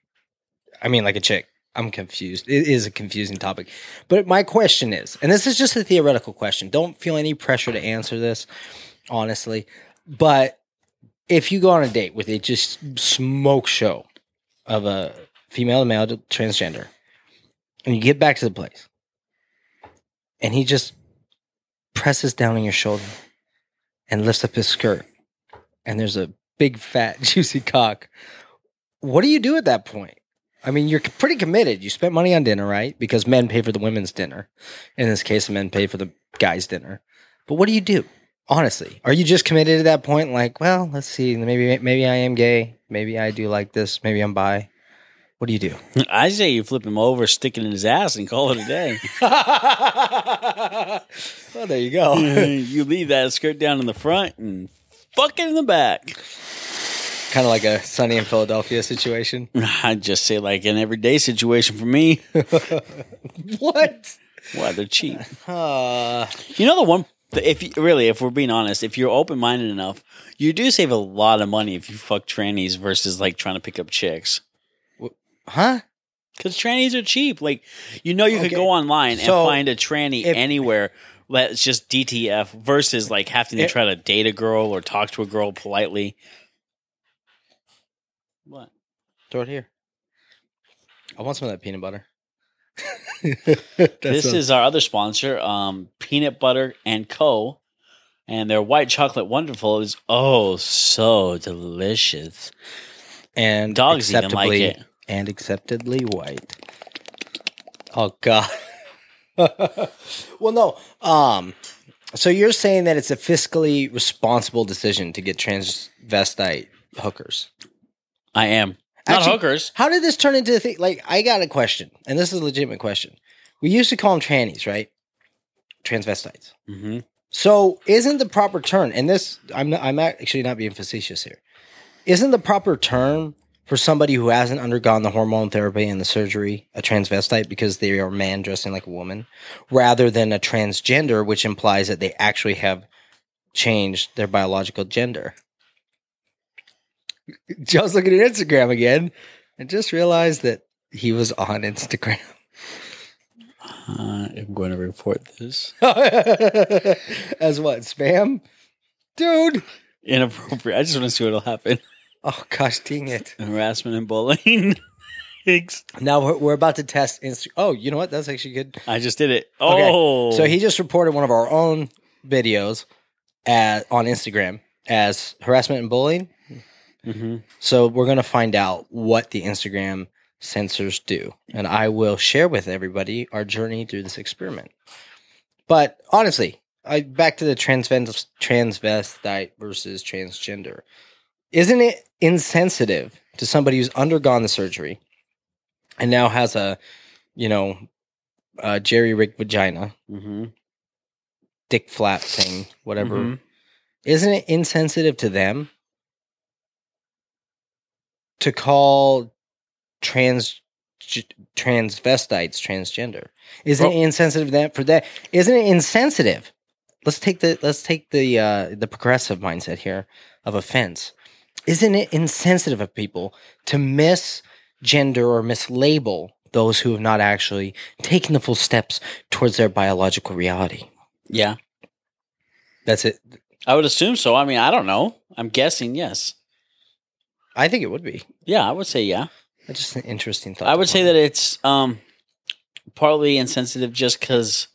[SPEAKER 1] i mean like a chick i'm confused it is a confusing topic but my question is and this is just a theoretical question don't feel any pressure to answer this honestly but if you go on a date with a just smoke show of a female to male to transgender and you get back to the place and he just presses down on your shoulder and lifts up his skirt and there's a big fat juicy cock what do you do at that point i mean you're pretty committed you spent money on dinner right because men pay for the women's dinner in this case men pay for the guys dinner but what do you do honestly are you just committed at that point like well let's see maybe maybe i am gay maybe i do like this maybe i'm bi what do you do
[SPEAKER 2] I say you flip him over, stick it in his ass, and call it a day.
[SPEAKER 1] well there you go
[SPEAKER 2] you leave that skirt down in the front and fuck it in the back.
[SPEAKER 1] kind of like a sunny in philadelphia situation
[SPEAKER 2] I'd just say like an everyday situation for me.
[SPEAKER 1] what
[SPEAKER 2] Why they're cheap.
[SPEAKER 1] uh,
[SPEAKER 2] You know the one if you, really, if we're being honest, if you're open minded enough, you do save a lot of money if you fuck trannies versus like trying to pick up chicks.
[SPEAKER 1] huh
[SPEAKER 2] Because trannies are cheap. Like you know, you could
[SPEAKER 1] Okay.
[SPEAKER 2] go online
[SPEAKER 1] So,
[SPEAKER 2] and find a tranny
[SPEAKER 1] if-
[SPEAKER 2] anywhere. That's just DTF versus like having to
[SPEAKER 1] If-
[SPEAKER 2] try to date a girl or talk to a girl politely. What?
[SPEAKER 1] Throw it here. I want some of that peanut butter.
[SPEAKER 2] this is our other sponsor, um, Peanut Butter and Co. And their white chocolate wonderful is oh so delicious.
[SPEAKER 1] and
[SPEAKER 2] dogs eat 'em like
[SPEAKER 1] acceptably
[SPEAKER 2] it.
[SPEAKER 1] and acceptably white. Oh God. well, no. Um. So you're saying that it's a fiscally responsible decision to get transvestite hookers.
[SPEAKER 2] I am not
[SPEAKER 1] Actually-
[SPEAKER 2] hookers.
[SPEAKER 1] How did this turn into a thing? Like, I got a question, and this is a legitimate question. We used to call them trannies, right? Transvestites.
[SPEAKER 2] Mm-hmm.
[SPEAKER 1] So isn't the proper term, and this I'm not, I'm actually not being facetious here. Isn't the proper term for somebody who hasn't undergone the hormone therapy and the surgery a transvestite because they are a man dressing like a woman, rather than a transgender, which implies that they actually have changed their biological gender? Joe's looking at Instagram again and just realized that he was on Instagram.
[SPEAKER 2] Uh, I'm going to report this
[SPEAKER 1] As what, spam? Dude.
[SPEAKER 2] inappropriate. I just want to see what'll happen.
[SPEAKER 1] Oh gosh, dang it!
[SPEAKER 2] Harassment and bullying. Thanks.
[SPEAKER 1] Now we're, we're about to test. Inst- oh, you know what? That's actually good.
[SPEAKER 2] I just did it.
[SPEAKER 1] Okay,
[SPEAKER 2] Oh,
[SPEAKER 1] So he just reported one of our own videos at, on Instagram as harassment and bullying.
[SPEAKER 2] Mhm.
[SPEAKER 1] So we're gonna find out what the Instagram censors do, and I will share with everybody our journey through this experiment. But honestly, I back to the transvest transvestite versus transgender. Isn't it insensitive to somebody who's undergone the surgery and now has a, you know, a jerry rig vagina,
[SPEAKER 2] Mhm.
[SPEAKER 1] dick flap thing, whatever?
[SPEAKER 2] Mhm.
[SPEAKER 1] Isn't it insensitive to them to call trans g- transvestites transgender? Isn't
[SPEAKER 3] Well-
[SPEAKER 1] it insensitive that for that? Isn't it insensitive? Let's take the let's take the uh, the progressive mindset here of offense. Isn't it insensitive of people to misgender or mislabel those who have not actually taken the full steps towards their biological reality?
[SPEAKER 2] Yeah,
[SPEAKER 1] That's it.
[SPEAKER 2] I would assume so. I mean, I don't know. I'm guessing yes.
[SPEAKER 1] I think it would be.
[SPEAKER 2] Yeah, I would say yeah.
[SPEAKER 1] That's just an interesting thought.
[SPEAKER 2] I
[SPEAKER 1] to
[SPEAKER 2] would say
[SPEAKER 1] ponder.
[SPEAKER 2] that it's um partly insensitive just because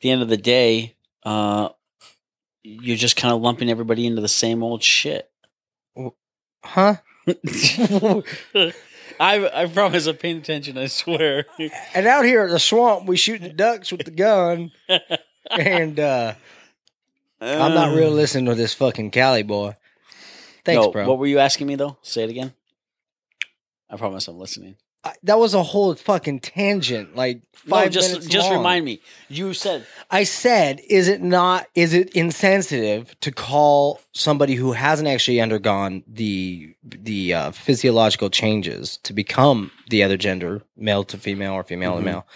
[SPEAKER 2] the end of the day, uh you're just kind of lumping everybody into the same old shit.
[SPEAKER 1] huh?
[SPEAKER 2] I I promise I'm paying attention, I swear.
[SPEAKER 1] And out here at the swamp, we shoot the ducks with the gun. and uh, I'm not real listening to this fucking Cali boy. Thanks,
[SPEAKER 2] Um. No,
[SPEAKER 1] bro.
[SPEAKER 2] What were you asking me though? Say it again. I promise I'm listening.
[SPEAKER 1] I- that was a whole fucking tangent. Like
[SPEAKER 2] No,
[SPEAKER 1] five
[SPEAKER 2] just
[SPEAKER 1] minutes
[SPEAKER 2] just
[SPEAKER 1] long.
[SPEAKER 2] remind me. You said
[SPEAKER 1] I said, is it not? Is it insensitive to call somebody who hasn't actually undergone the the uh, physiological changes to become the other gender, male to female or female
[SPEAKER 2] Mhm.
[SPEAKER 1] to male?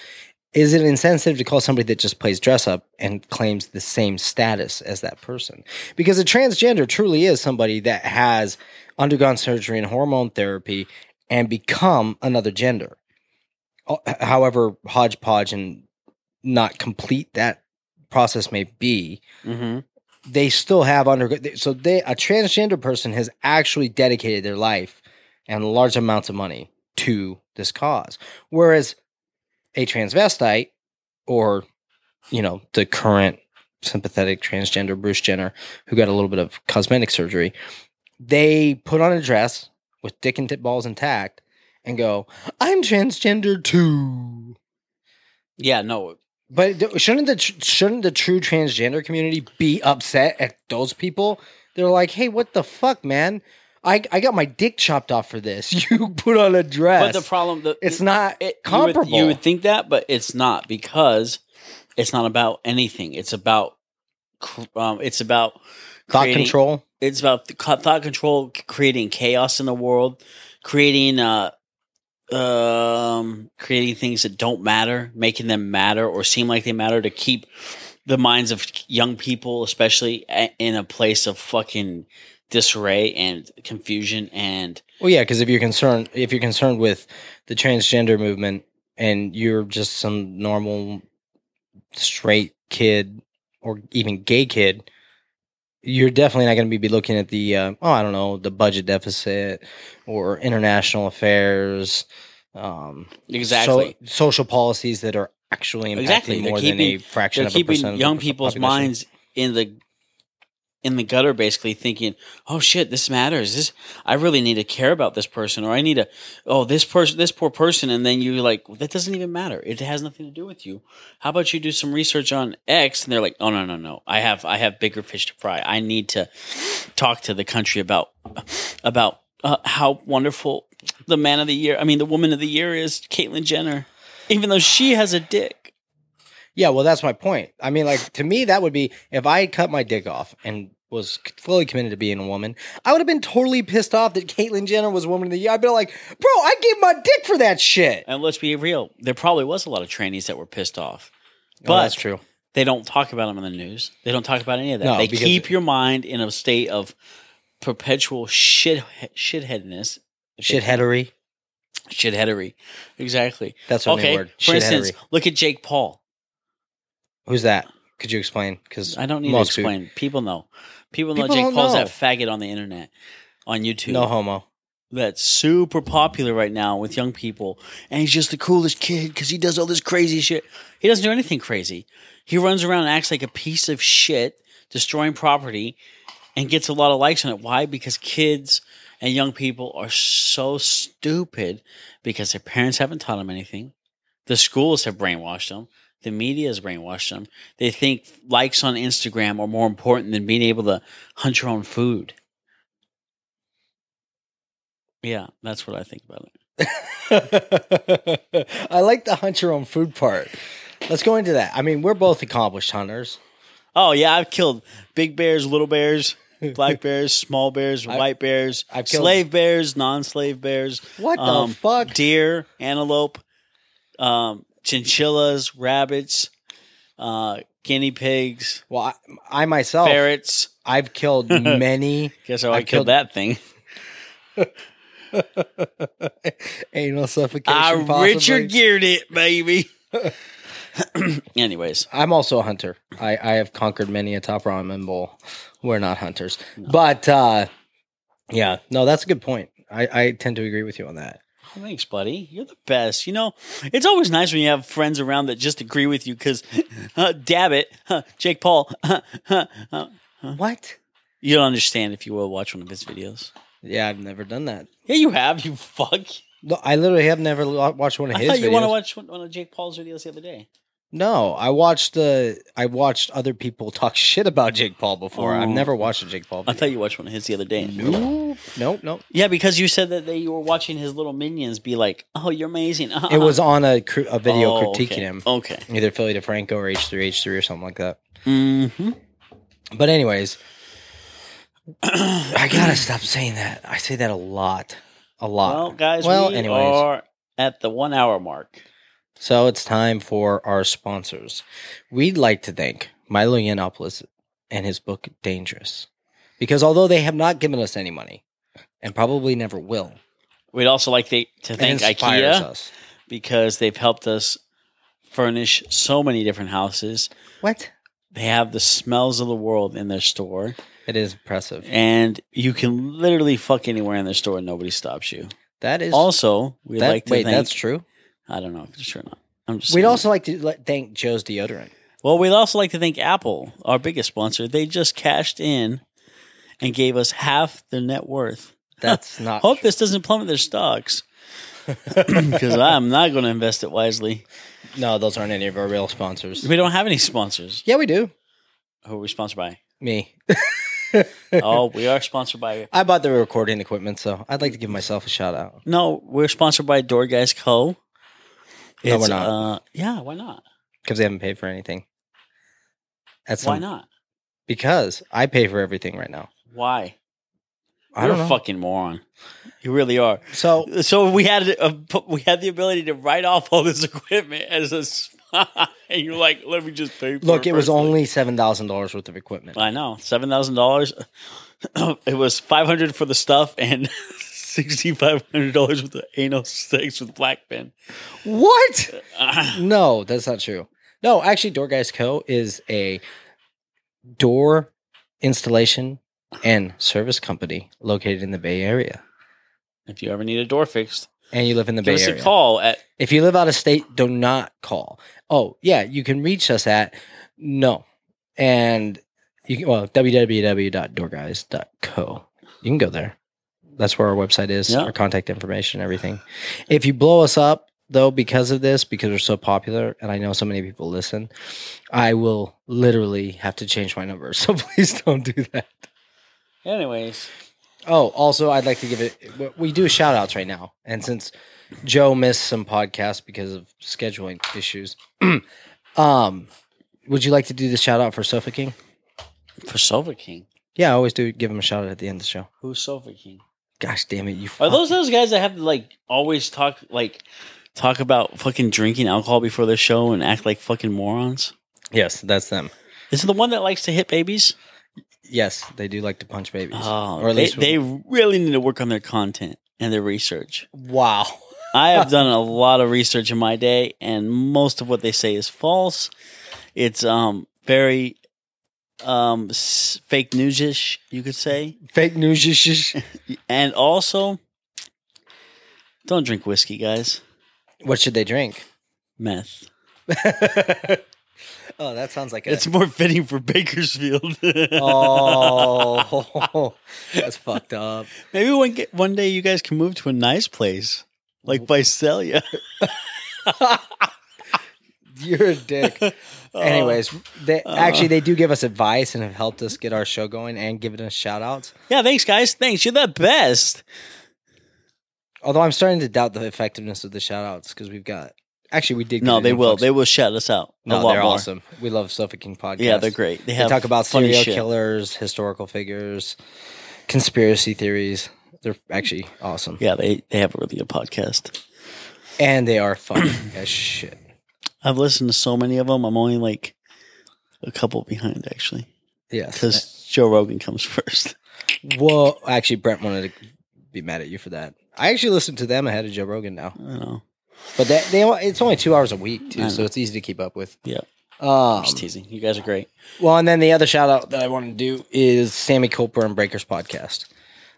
[SPEAKER 1] Is it insensitive to call somebody that just plays dress up and claims the same status as that person? Because a transgender truly is somebody that has undergone surgery and hormone therapy and become another gender. Uh, h- However, hodgepodge and not complete that process may be,
[SPEAKER 2] mm-hmm.
[SPEAKER 1] they still have undergo. So they a transgender person has actually dedicated their life and large amounts of money to this cause, whereas a transvestite or you know the current sympathetic transgender Bruce Jenner who got a little bit of cosmetic surgery, they put on a dress with dick and tit balls intact and go, "I'm transgender too."
[SPEAKER 2] Yeah, no.
[SPEAKER 1] But th- shouldn't the tr- shouldn't the true transgender community be upset at those people? They're like, "Hey, what the fuck, man? I I got my dick chopped off for this. You put on a dress.
[SPEAKER 2] But the problem the,
[SPEAKER 1] it's not
[SPEAKER 2] it, you would-
[SPEAKER 1] comparable."
[SPEAKER 2] You would, think that, but it's not because it's not about anything. It's about cr- um, it's about
[SPEAKER 1] Thought
[SPEAKER 2] creating-
[SPEAKER 1] control.
[SPEAKER 2] It's about the co- thought control, c- creating chaos in the world, creating uh, um, creating things that don't matter, making them matter or seem like they matter to keep the minds of young people, especially a- in a place of fucking disarray and confusion and
[SPEAKER 1] Well, yeah, because if you're concerned if you're concerned with the transgender movement and you're just some normal straight kid or even gay kid, you're definitely not going to be looking at the uh, oh I don't know the budget deficit or international affairs, um,
[SPEAKER 2] exactly.
[SPEAKER 1] so- social policies that are actually impacting
[SPEAKER 2] Exactly. They're
[SPEAKER 1] more than a
[SPEAKER 2] keeping-
[SPEAKER 1] fraction
[SPEAKER 2] they're
[SPEAKER 1] of a percent.
[SPEAKER 2] keeping
[SPEAKER 1] of the
[SPEAKER 2] young
[SPEAKER 1] po-
[SPEAKER 2] people's
[SPEAKER 1] population.
[SPEAKER 2] minds in the in the gutter basically thinking oh shit this matters this i really need to care about this person or i need to oh this person this poor person and then you're like well, that doesn't even matter it has nothing to do with you how about you do some research on x and they're like oh no no no i have i have bigger fish to fry i need to talk to the country about about uh, how wonderful the man of the year i mean the woman of the year is caitlyn jenner even though she has a dick
[SPEAKER 1] Yeah, well, that's my point. I mean, like to me, that would be if I cut my dick off and was fully committed to being a woman, I would have been totally pissed off that Caitlyn Jenner was Woman of the Year. I'd be like, bro, I gave my dick for that shit.
[SPEAKER 2] And let's be real, there probably was a lot of trainees that were pissed off. But
[SPEAKER 1] Well, Oh, that's true.
[SPEAKER 2] they don't talk about them in the news. They don't talk about any of that.
[SPEAKER 1] No,
[SPEAKER 2] they
[SPEAKER 1] because-
[SPEAKER 2] keep your mind in a state of perpetual shit shitheadedness,
[SPEAKER 1] Shitheadery.
[SPEAKER 2] shitheadery. Exactly.
[SPEAKER 1] That's our new
[SPEAKER 2] Okay.
[SPEAKER 1] word.
[SPEAKER 2] For instance,
[SPEAKER 1] Shitheadery.
[SPEAKER 2] look at Jake Paul.
[SPEAKER 1] who's that? Could you explain? Because
[SPEAKER 2] I don't need
[SPEAKER 1] Most
[SPEAKER 2] to explain. People know. People know
[SPEAKER 1] People
[SPEAKER 2] Jake
[SPEAKER 1] don't
[SPEAKER 2] Paul's
[SPEAKER 1] know.
[SPEAKER 2] that faggot on the internet, on YouTube.
[SPEAKER 1] no homo.
[SPEAKER 2] that's super popular right now with young people. And he's just the coolest kid because he does all this crazy shit. He doesn't do anything crazy. He runs around and acts like a piece of shit, destroying property, and gets a lot of likes on it. Why? Because kids and young people are so stupid because their parents haven't taught them anything. The schools have brainwashed them. The media has brainwashed them. They think likes on Instagram are more important than being able to hunt your own food. Yeah, that's what I think about it.
[SPEAKER 1] I like the hunt your own food part. Let's go into that. I mean, we're both accomplished hunters.
[SPEAKER 2] Oh yeah, I've killed big bears, little bears. black bears, small bears,
[SPEAKER 1] I-
[SPEAKER 2] white bears,
[SPEAKER 1] I've killed-
[SPEAKER 2] slave bears, non-slave bears,
[SPEAKER 1] What the
[SPEAKER 2] um,
[SPEAKER 1] fuck?
[SPEAKER 2] deer, antelope, um, chinchillas, rabbits, uh, guinea pigs,
[SPEAKER 1] well, I, I myself,
[SPEAKER 2] ferrets.
[SPEAKER 1] I've killed many
[SPEAKER 4] Guess how
[SPEAKER 1] I
[SPEAKER 4] I,
[SPEAKER 1] killed-
[SPEAKER 4] killed that thing.
[SPEAKER 1] anal suffocation.
[SPEAKER 2] Ah,
[SPEAKER 4] I
[SPEAKER 1] possibly.
[SPEAKER 4] Richard Geared it, baby. Anyways,
[SPEAKER 1] I'm also a hunter. I, I have conquered many a top ramen bowl. We're not hunters, but uh, yeah, no, that's a good point. I, I tend to agree with you on that.
[SPEAKER 4] Oh, thanks, buddy.
[SPEAKER 2] buddy. You're the best. You know, it's always nice when you have friends around that just agree with you because, uh, dab it, huh, Jake Paul. huh, huh, huh.
[SPEAKER 1] What?
[SPEAKER 2] you don't understand if you will watch one of his videos.
[SPEAKER 1] Yeah, I've never done that.
[SPEAKER 2] Yeah, you have, you fuck.
[SPEAKER 1] No, I literally have never lo- watched one of
[SPEAKER 2] I
[SPEAKER 1] his.
[SPEAKER 2] thought you
[SPEAKER 1] videos.
[SPEAKER 2] want to watch one, one of Jake Paul's videos the other day.
[SPEAKER 1] No, I watched the. I watched other people talk shit about Jake Paul before. I've
[SPEAKER 2] Oh.
[SPEAKER 1] never watched a Jake Paul.
[SPEAKER 2] I
[SPEAKER 1] Video.
[SPEAKER 2] thought you watched one of his the other day.
[SPEAKER 1] No, no, no.
[SPEAKER 2] Yeah, because you said that they, you were watching his little minions be like, "Oh, you're amazing."
[SPEAKER 1] It was on a cr- a video critiquing
[SPEAKER 2] Oh, okay.
[SPEAKER 1] him,
[SPEAKER 2] Okay.
[SPEAKER 1] either Philly DeFranco or H three H three or something like that.
[SPEAKER 2] Mm-hmm.
[SPEAKER 1] But anyways, I gotta stop saying that. I say that a lot, a lot.
[SPEAKER 2] Well, guys,
[SPEAKER 1] Well,
[SPEAKER 2] we
[SPEAKER 1] anyways.
[SPEAKER 2] are at the one hour mark.
[SPEAKER 1] So it's time for our sponsors. We'd like to thank Milo Yiannopoulos and his book Dangerous, because although they have not given us any money, and probably never will,
[SPEAKER 2] We'd also like to to
[SPEAKER 1] it
[SPEAKER 2] thank
[SPEAKER 1] inspires
[SPEAKER 2] IKEA.
[SPEAKER 1] us.
[SPEAKER 2] because they've helped us furnish so many different houses.
[SPEAKER 1] What?
[SPEAKER 2] They have the smells of the world in their store,
[SPEAKER 1] It is impressive.
[SPEAKER 2] and you can literally fuck anywhere in their store and nobody stops you.
[SPEAKER 1] That is
[SPEAKER 2] Also, we'd
[SPEAKER 1] that-
[SPEAKER 2] like to
[SPEAKER 1] wait.
[SPEAKER 2] thank.
[SPEAKER 1] that's true.
[SPEAKER 2] I don't know if it's true or not. I'm just.
[SPEAKER 1] We'd
[SPEAKER 2] saying.
[SPEAKER 1] also like to let, thank Joe's deodorant.
[SPEAKER 2] Well, we'd also like to thank Apple, our biggest sponsor. They just cashed in and gave us half their net worth.
[SPEAKER 1] That's not.
[SPEAKER 2] Hope
[SPEAKER 1] true.
[SPEAKER 2] this doesn't plummet their stocks because I'm not going to invest it wisely.
[SPEAKER 1] no, those aren't any of our real sponsors.
[SPEAKER 2] We don't have any sponsors.
[SPEAKER 1] Yeah, we do.
[SPEAKER 2] Who are we sponsored by?
[SPEAKER 1] Me.
[SPEAKER 2] oh, we are sponsored by.
[SPEAKER 1] I bought the recording equipment, so I'd like to give myself a shout out.
[SPEAKER 2] No, we're sponsored by Door Guys Co.
[SPEAKER 1] No, we're not.
[SPEAKER 2] Uh, yeah, why not?
[SPEAKER 1] Because they haven't paid for anything. That's
[SPEAKER 2] why
[SPEAKER 1] some-
[SPEAKER 2] not?
[SPEAKER 1] Because I pay for everything right now.
[SPEAKER 2] Why?
[SPEAKER 1] I
[SPEAKER 2] You're
[SPEAKER 1] don't know.
[SPEAKER 2] a fucking moron. You really are.
[SPEAKER 1] so
[SPEAKER 2] So we had a, we had the ability to write off all this equipment as a spy. and you're like, let me just pay. For
[SPEAKER 1] look, it was
[SPEAKER 2] personally."
[SPEAKER 1] only seven thousand dollars worth of equipment.
[SPEAKER 2] I know seven thousand dollars. It was five hundred for the stuff and sixty five hundred dollars with the anal sex with Blackpin.
[SPEAKER 1] What? No, that's not true. No, actually, Door Guys Co. is a door installation and service company located in the Bay Area.
[SPEAKER 2] if you ever need a door fixed,
[SPEAKER 1] And you live in the
[SPEAKER 2] give
[SPEAKER 1] Bay
[SPEAKER 2] us
[SPEAKER 1] Area.
[SPEAKER 2] a call at
[SPEAKER 1] If you live out of state, do not call. Oh, yeah, you can reach us at no. And you can, well, www.doorguys.co. You can go there. That's where our website is,
[SPEAKER 2] Yeah.
[SPEAKER 1] our contact information, everything. If you blow us up, though, because of this, because we're so popular and I know so many people listen, I will literally have to change my number. So please don't do that.
[SPEAKER 2] Anyways,
[SPEAKER 1] Oh, also, I'd like to give it. We do shout outs right now. And since Joe missed some podcasts because of scheduling issues, um, would you like to do the shout out for Sofa King?
[SPEAKER 2] for Sofa King,
[SPEAKER 1] Yeah, I always do give him a shout out at the end of the show.
[SPEAKER 2] who's Sofa King?
[SPEAKER 1] Gosh damn it, you.
[SPEAKER 2] Are
[SPEAKER 1] fuck-
[SPEAKER 2] those those guys that have to like always talk like talk about fucking drinking alcohol before their show and act like fucking morons?
[SPEAKER 1] Yes, that's them.
[SPEAKER 2] Is it the one that likes to hit babies?
[SPEAKER 1] Yes, they do like to punch babies.
[SPEAKER 2] Oh,
[SPEAKER 1] Or at
[SPEAKER 2] they,
[SPEAKER 1] least-
[SPEAKER 2] they really need to work on their content and their research.
[SPEAKER 1] wow.
[SPEAKER 2] I have done a lot of research in my day, and most of what they say is false. It's um very um s- fake newsish, you could say.
[SPEAKER 1] Fake news. ish, ish.
[SPEAKER 2] And also, don't drink whiskey, guys.
[SPEAKER 1] What should they drink?
[SPEAKER 2] Meth.
[SPEAKER 1] oh, that sounds like a.
[SPEAKER 2] It's more fitting for Bakersfield.
[SPEAKER 1] oh, that's fucked up.
[SPEAKER 2] Maybe one ge- one day you guys can move to a nice place like Visalia.
[SPEAKER 1] You're a dick. Anyways, they
[SPEAKER 3] Uh-huh.
[SPEAKER 1] actually they do give us advice and have helped us get our show going and given us shout outs.
[SPEAKER 2] Yeah, thanks guys. Thanks. You're the best.
[SPEAKER 1] Although I'm starting to doubt the effectiveness of the shout outs because we've got Actually, we did. get
[SPEAKER 3] No,
[SPEAKER 1] it
[SPEAKER 3] they
[SPEAKER 1] in,
[SPEAKER 3] will.
[SPEAKER 1] folks.
[SPEAKER 3] They will shout us out. a
[SPEAKER 1] No,
[SPEAKER 3] lot
[SPEAKER 1] they're
[SPEAKER 3] more.
[SPEAKER 1] awesome. We love Suffocating podcast.
[SPEAKER 3] Yeah, they're great. They,
[SPEAKER 1] They
[SPEAKER 3] have
[SPEAKER 1] talk about
[SPEAKER 3] funny
[SPEAKER 1] serial
[SPEAKER 3] shit.
[SPEAKER 1] killers, historical figures, conspiracy theories. They're actually awesome,
[SPEAKER 3] Yeah, they, they have a really good podcast.
[SPEAKER 1] and they are funny as shit.
[SPEAKER 3] I've listened to so many of them. I'm only like a couple behind actually
[SPEAKER 1] Yes.
[SPEAKER 3] because Joe Rogan comes first.
[SPEAKER 1] Well, actually, Brent wanted to be mad at you for that. I actually listen to them ahead of Joe Rogan now,
[SPEAKER 3] I don't know.
[SPEAKER 1] but that, they it's only two hours a week
[SPEAKER 3] I
[SPEAKER 1] too,
[SPEAKER 3] know.
[SPEAKER 1] so it's easy to keep up with.
[SPEAKER 3] Yeah.
[SPEAKER 1] Um,
[SPEAKER 3] Just teasing. You guys are great.
[SPEAKER 1] Well, and then the other shout out that I want to do is Sammy Culper and Breakers podcast.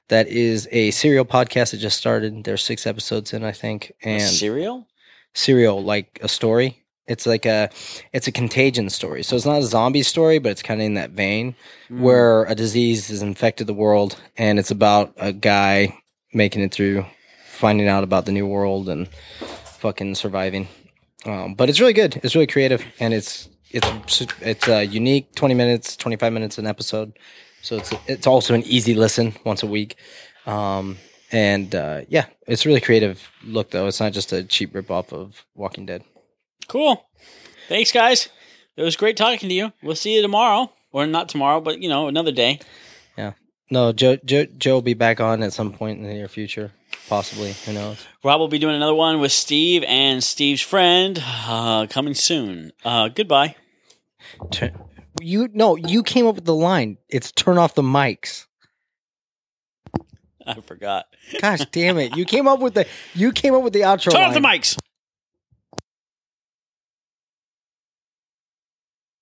[SPEAKER 1] That is a serial podcast that just started. There's six episodes in, I think, and
[SPEAKER 3] Cereal?
[SPEAKER 1] serial like a story. It's like a, it's a contagion story. So it's not a zombie story, but it's kind of in that vein where a disease has infected the world, and it's about a guy making it through, finding out about the new world, and fucking surviving. Um, but it's really good. It's really creative, and it's it's it's uh, unique. Twenty minutes, twenty five minutes an episode, so it's it's also an easy listen once a week. Um, and uh, yeah, it's a really creative look though. It's not just a cheap rip off of Walking Dead.
[SPEAKER 2] Cool. Thanks, guys. It was great talking to you. We'll see you tomorrow, or not tomorrow, but you know, another day.
[SPEAKER 1] No, Joe Joe Joe will be back on at some point in the near future, possibly. Who knows?
[SPEAKER 2] Rob will be doing another one with Steve and Steve's friend uh, coming soon. Uh, goodbye.
[SPEAKER 1] Turn, you no, you came up with the line. It's turn off the mics.
[SPEAKER 2] I forgot.
[SPEAKER 1] Gosh damn it! You came up with the you came up with the outro.
[SPEAKER 2] Turn off the
[SPEAKER 1] line.
[SPEAKER 2] mics.